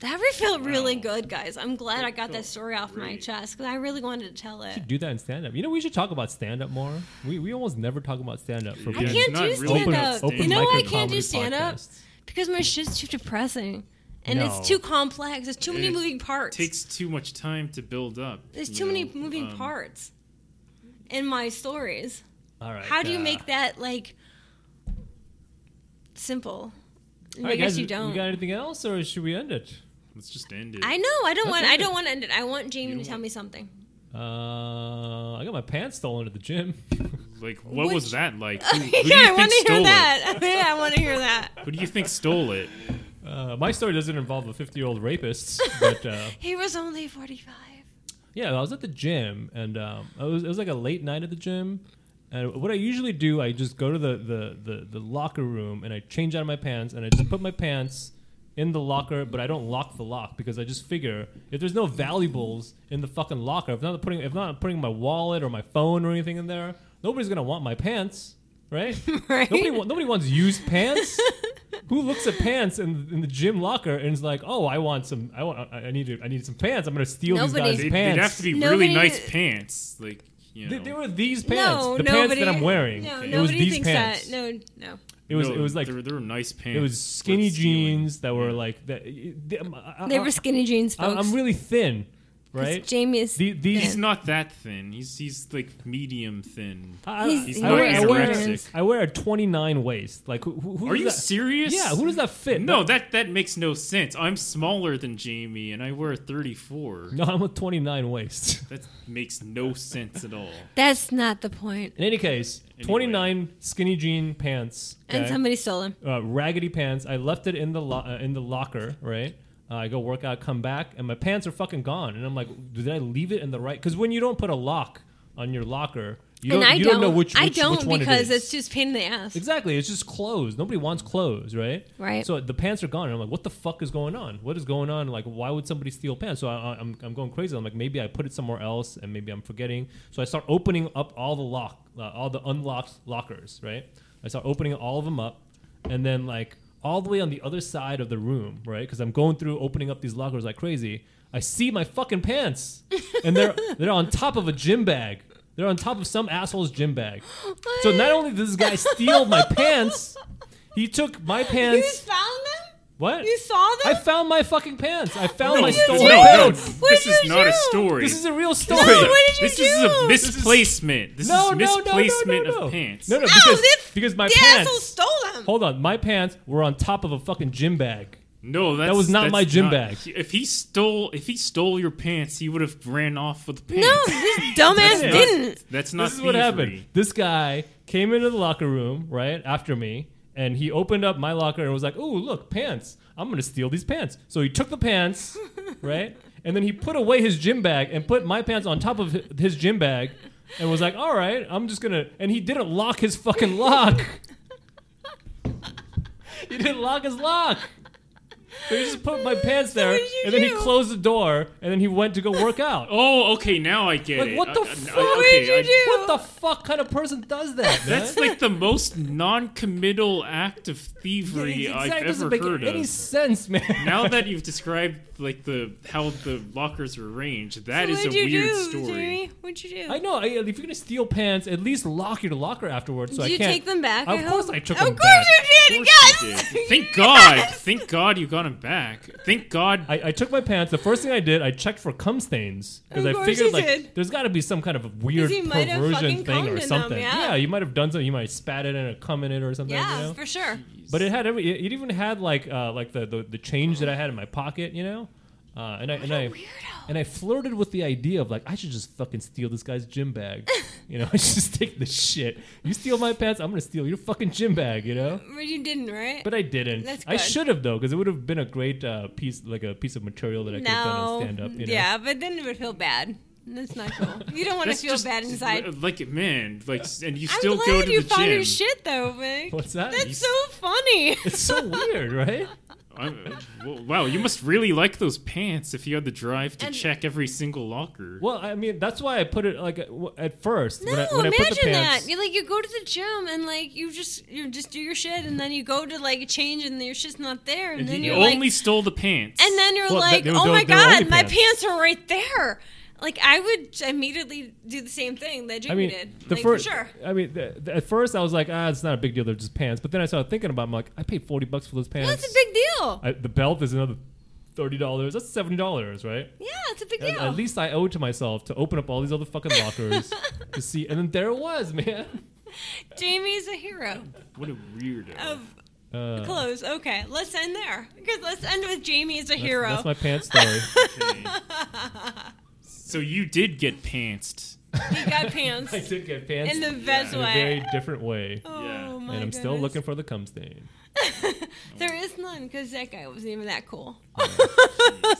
That re- felt really
Wow.
good, guys. I'm glad
That
I got that
felt
story off my
great.
chest because I really wanted to tell it.
should do that in stand up. You know, we should talk about stand up more. We, we almost never talk about stand up for
I
I
being
it's
can't
not
do
really
stand up.
outstanding.
You know why I
mic or
can't
comedy
do stand up?
podcasts.
Because my shit's too depressing. And
No.
it's too complex. There's too many
It
moving parts.
takes too much time to build up.
There's
you
too many
know,
moving
um,
parts in my stories.
All right.
How do you
uh,
make that like simple?
all
I
right,
guess
guys,
you don't.
We got anything else, or should we end it?
Let's just end it.
I know. I don't
That's
want.
okay.
I don't want to end it. I want Jamie
You don't
to tell
want-
me something.
Uh, I got my pants stolen at the gym.
like, what
Which-
was that like?
yeah,
Who, who do you
I
think
want to
stole
hear
it?
that. yeah, I want to hear that.
Who do you think stole it?
Uh, my story doesn't involve a 50 year old rapist, but uh,
He was only forty-five.
yeah, I was at the gym, and um, it, was, it was like a late night at the gym. And what I usually do, I just go to the, the, the, the locker room and I change out of my pants and I just put my pants in the locker, but I don't lock the lock because I just figure if there's no valuables in the fucking locker, if not putting if not putting my wallet or my phone or anything in there, nobody's gonna want my pants, right?
Right.
Nobody wa- nobody wants used pants. Who looks at pants in, in the gym locker and is like, oh, I want some, I want, I I need, to, I need some pants. I'm gonna steal
Nobody.
these guys'
They'd,
pants.
they'd have to be
Nobody-
really nice pants. Like, you know.
They, they were these pants,
No,
the
nobody.
pants that I'm wearing.
No,
it was
nobody
these
thinks
pants.
that. No, no.
It was
No,
it was like
there, were- there were nice pants.
it was skinny
worth stealing.
jeans that were
Yeah.
like that. They, I,
They were skinny jeans,
I,
folks.
am really thin,
'Cause
right?
Jamie is.
The- these
He's not that thin. He's he's like medium thin.
I,
He's-
He's
I,
not
wear, I, wear,
anorexic.
I wear a 29 waist. Like who, who, who
Are
does
you
that,
serious?
Yeah, who does that fit?
No, that that makes no sense. I'm smaller than Jamie, and I wear a 34.
no, I'm a 29 waist.
That makes no sense at all.
that's not the point.
In any case,
Anyway.
29 skinny jean pants.
And
okay?
somebody stole him.
uh, raggedy pants. I left it in the lo- uh, in the locker, right? Uh, I go work out, come back, and my pants are fucking gone. And I'm like, did I leave it in the right? Because when you don't put a lock on your locker, you
and
don't,
I
you
don't.
don't, know which,
I
which-
don't
which one it
because
is.
it's just pain in the ass.
Exactly, it's just clothes. Nobody wants clothes, right?
Right.
So the pants are gone, and I'm like, "What the fuck is going on? What is going on? Like, why would somebody steal pants?" So I, I- I'm, I'm going crazy. I'm like, maybe I put it somewhere else, and maybe I'm forgetting. So I start opening up all the lock, uh, all the unlocked lockers, right? I start opening all of them up, and then like all the way on the other side of the room, right? Because I'm going through opening up these lockers like crazy. I see my fucking pants, and they're they're on top of a gym bag. They're on top of some asshole's gym bag. So not only did this guy steal my pants, he took my
you
pants.
found them?
What?
You saw
I
them?
found my fucking pants. I found
no,
my
no,
did
stolen
you
no,
pants.
do? What
this
did
is
you
not a
do?
story.
This is a real story.
This is a-
what did you
this is a
do?
misplacement. This
no,
is
no, no, no, no,
misplacement
no.
of pants.
No, no,
Ow,
because,
Oh, this-
because my
the asshole
pants.
stole them.
Hold on, my pants were on top of a fucking gym bag.
No, that's,
was not
that's
my gym bag.
If he stole, if he stole your pants, he would have ran off with the pants.
No, this dumbass
That's not-
didn't.
That's not.
this is what
thievery.
happened. This guy came into the locker room right after me, and he opened up my locker and was like, "Ooh, look, pants! I'm gonna steal these pants." So he took the pants, right, and then he put away his gym bag and put my pants on top of hi- his gym bag, and was like, "All right, I'm just gonna." And he didn't lock his fucking lock. he didn't lock his lock. So he just put my pants there,
did you
and then he
do?
closed the door, and then he went to go work out.
Oh, okay. Now I get
Like,
it.
what the
I- I-
fuck?
I-
What did
okay,
you
I-
do?
What the fuck kind of person does that? man?
That's like the most non-committal act of thievery
It
I've
exactly
ever
doesn't make
heard
any
of.
sense, man.
Now that you've described like the how the lockers are arranged, that is
What'd
a
you
weird
do,
story.
Jimmy? What'd you do?
I know, I, if you're gonna steal pants, at least lock your locker afterwards. So
did
I
you
can't.
take them back?
Of
I
course
hope?
I took
of
them
course
back.
you did.
Of course you
Yes.
did. Thank God! Thank God you got him back. Thank God.
I, I took my pants. The first thing I did, I checked for cum stains because
Of
I
course
figured
you
like
did.
there's got to be some kind of weird
he might have
perversion
fucking
thing
cummed in
or
them,
something.
yeah.
you might have done something. You might have spat it in or cum in it or something.
Yeah,
you know?
for sure.
But it had every. It, it even had like uh, like the, the the change that I had in my pocket, you know. Uh, and I and I and I flirted with the idea of like I should just fucking steal this guy's gym bag, you know. I should just take the shit. You steal my pants, I'm gonna steal your fucking gym bag, you know.
But you didn't, right?
But I didn't.
That's
I
good.
should have though, because it would have been a great uh, piece, like a piece of material that I could have done on
no.
stand up. You know?
Yeah, but then it would feel bad. That's not cool. You don't want to
That's
feel
just-
bad inside.
Like man, like and you
I'm
still
glad
go to
you
the
found
gym.
your shit though, Vic.
What's that?
That's so funny.
It's so weird, right?
I'm- w- wow, you must really like those pants if you had the drive to
And-
check every single locker.
Well, I mean, that's why I put it like uh, w- at first
No,
when I, when I
imagine
put the pants.
that. You like you go to the gym and like you just you just do your shit and then you go to like change and your shit's not there and,
And
then
he
you're
only
like
stole the pants.
and then you're
Well, that-
like
they were-
oh
they were-
my
they were only
god my
pants.
pants are right there. Like I would immediately do the same thing that Jimmy
I mean,
did.
the
like,
first.
for sure.
I mean, the, the- at first I was like, ah, it's not a big deal. They're just pants. But then I started thinking about. It, I'm like, I paid forty bucks for those pants.
That's a big deal.
I, the belt is another thirty dollars. That's seventy dollars, right?
yeah, it's a big
At-
deal.
At least I owe to myself to open up all these other fucking lockers to see. And then there it was, man.
Jamie's a hero
what a weirdo.
of
Uh,
clothes. Okay, let's end there because let's end with Jamie as a
that's,
hero.
That's my pants story.
Okay. so you did get pantsed.
he got pants
I did get pants
in the best
in a
way.
very different way.
oh
Yeah. And
my
and I'm still
goodness.
looking for the cum stain.
there is none because that guy wasn't even that cool.
I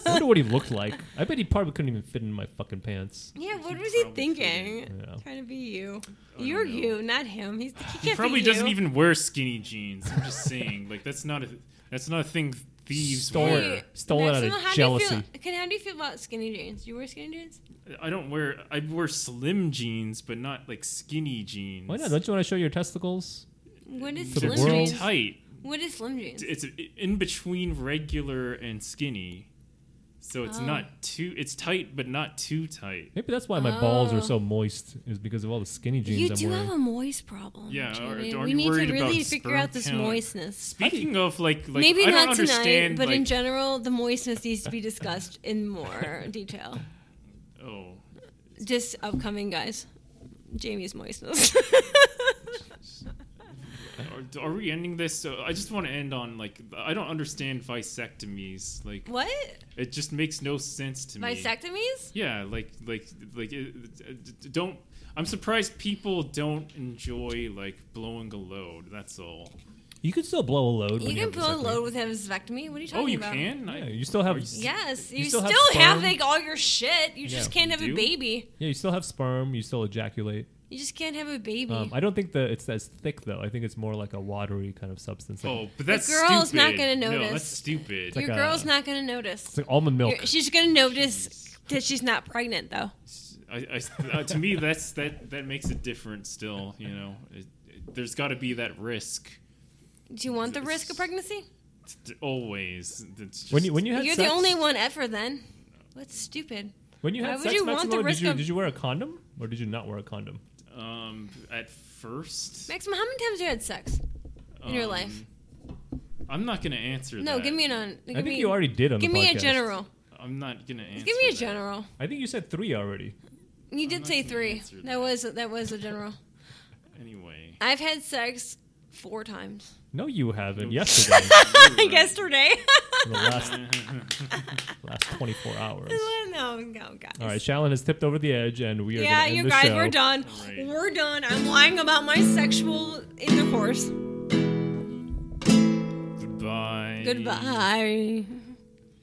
wonder what he looked like. I bet he probably couldn't even fit in my fucking pants.
Yeah, what was
probably
he
fit
thinking?
Yeah.
Trying to be you.
don't
You're
know.
you, not him. He's, he can't
He probably
be
doesn't
you.
even wear skinny jeans. I'm just saying, like that's not a that's not a thing thieves
Stole
wear.
it. Stole it out of
Maximo, how Do you
jealousy.
feel, can, how do you feel about skinny jeans? You wear skinny jeans?
I don't wear. I wear slim jeans, but not like skinny jeans.
Why not? Don't you want to show your testicles?
What is
To the
slim
They're
world.
too
jeans?
tight.
What is slim jeans?
It's in between regular and skinny, so it's
Oh.
not too. It's tight, but not too tight.
Maybe that's why my balls
Oh.
are so moist. Is because of all the skinny jeans
You
I'm
do
wearing.
have a moist problem.
Yeah, or-
Jamie.
are
we
you
need
worried
to
about
really figure
sperm
out this
count?
moistness.
Speaking of like, like I
Maybe
don't
not tonight,
understand,
but
like,
in general, the moistness needs to be discussed in more detail.
oh,
Just upcoming guys. Jamie's moistness.
Are, are we ending this? So I just want to end on like I don't understand vasectomies. Like
what?
it just makes no sense to me.
Bisectomies?
Yeah, like like like it, it- it- don't. I'm surprised people don't enjoy like blowing a load. That's all. Oh,
You could still blow a load. when
You can
have
blow a
vasectomy.
load with a vasectomy. What are you talking
oh, you
about?
can. I-
Yeah, you still have.
Are
Yeah,
Yes, you,
You still
still,
have
have,
sperm?
like all your shit. You just
Yeah,
can't have
you do?
a baby.
you still have sperm. You still ejaculate.
You just can't have a baby.
Um, I don't think that it's as thick though. I think it's more like a watery kind of substance. Like,
oh, but that's
girl's not
stupid.
gonna
No, that's
notice.
stupid.
your
like a-
girl's not gonna notice.
It's like almond milk.
Your- She's gonna notice that she's not pregnant though.
I, I- uh, to me, that's that that makes it different. Still, you know, it, it- there's got to be that risk.
Do you want the risk of pregnancy?
It's d- Always, it's just,
when you when you had
You're
sex,
the only one ever then. That's stupid.
When you
Why
had
would
sex,
you want the
Maximo, did
risk
you
of-
did you wear a condom or did you not wear a condom?
Um, at first,
Maxim, how many times have you had sex? in your
um,
life?
I'm not gonna answer that.
No, give me an. un-
I
Give
think
me,
you already did on
Give
the
me a
podcast.
general.
I'm not gonna answer.
Just give me a
that.
general.
I think you said three already.
You
I'm
did
not
say
gonna
three.
answer
That.
that.
was that was a general.
Anyway,
I've had sex four times.
No, you haven't.
Nope.
Yesterday,
You're right.
Yesterday.
in the last last 24 hours.
no, no, guys.
All right, Shallon has tipped over the edge, and we are
Yeah,
gonna end
you
the
guys,
show.
we're done.
All right.
We're done. I'm lying about my sexual intercourse.
Goodbye.
Goodbye.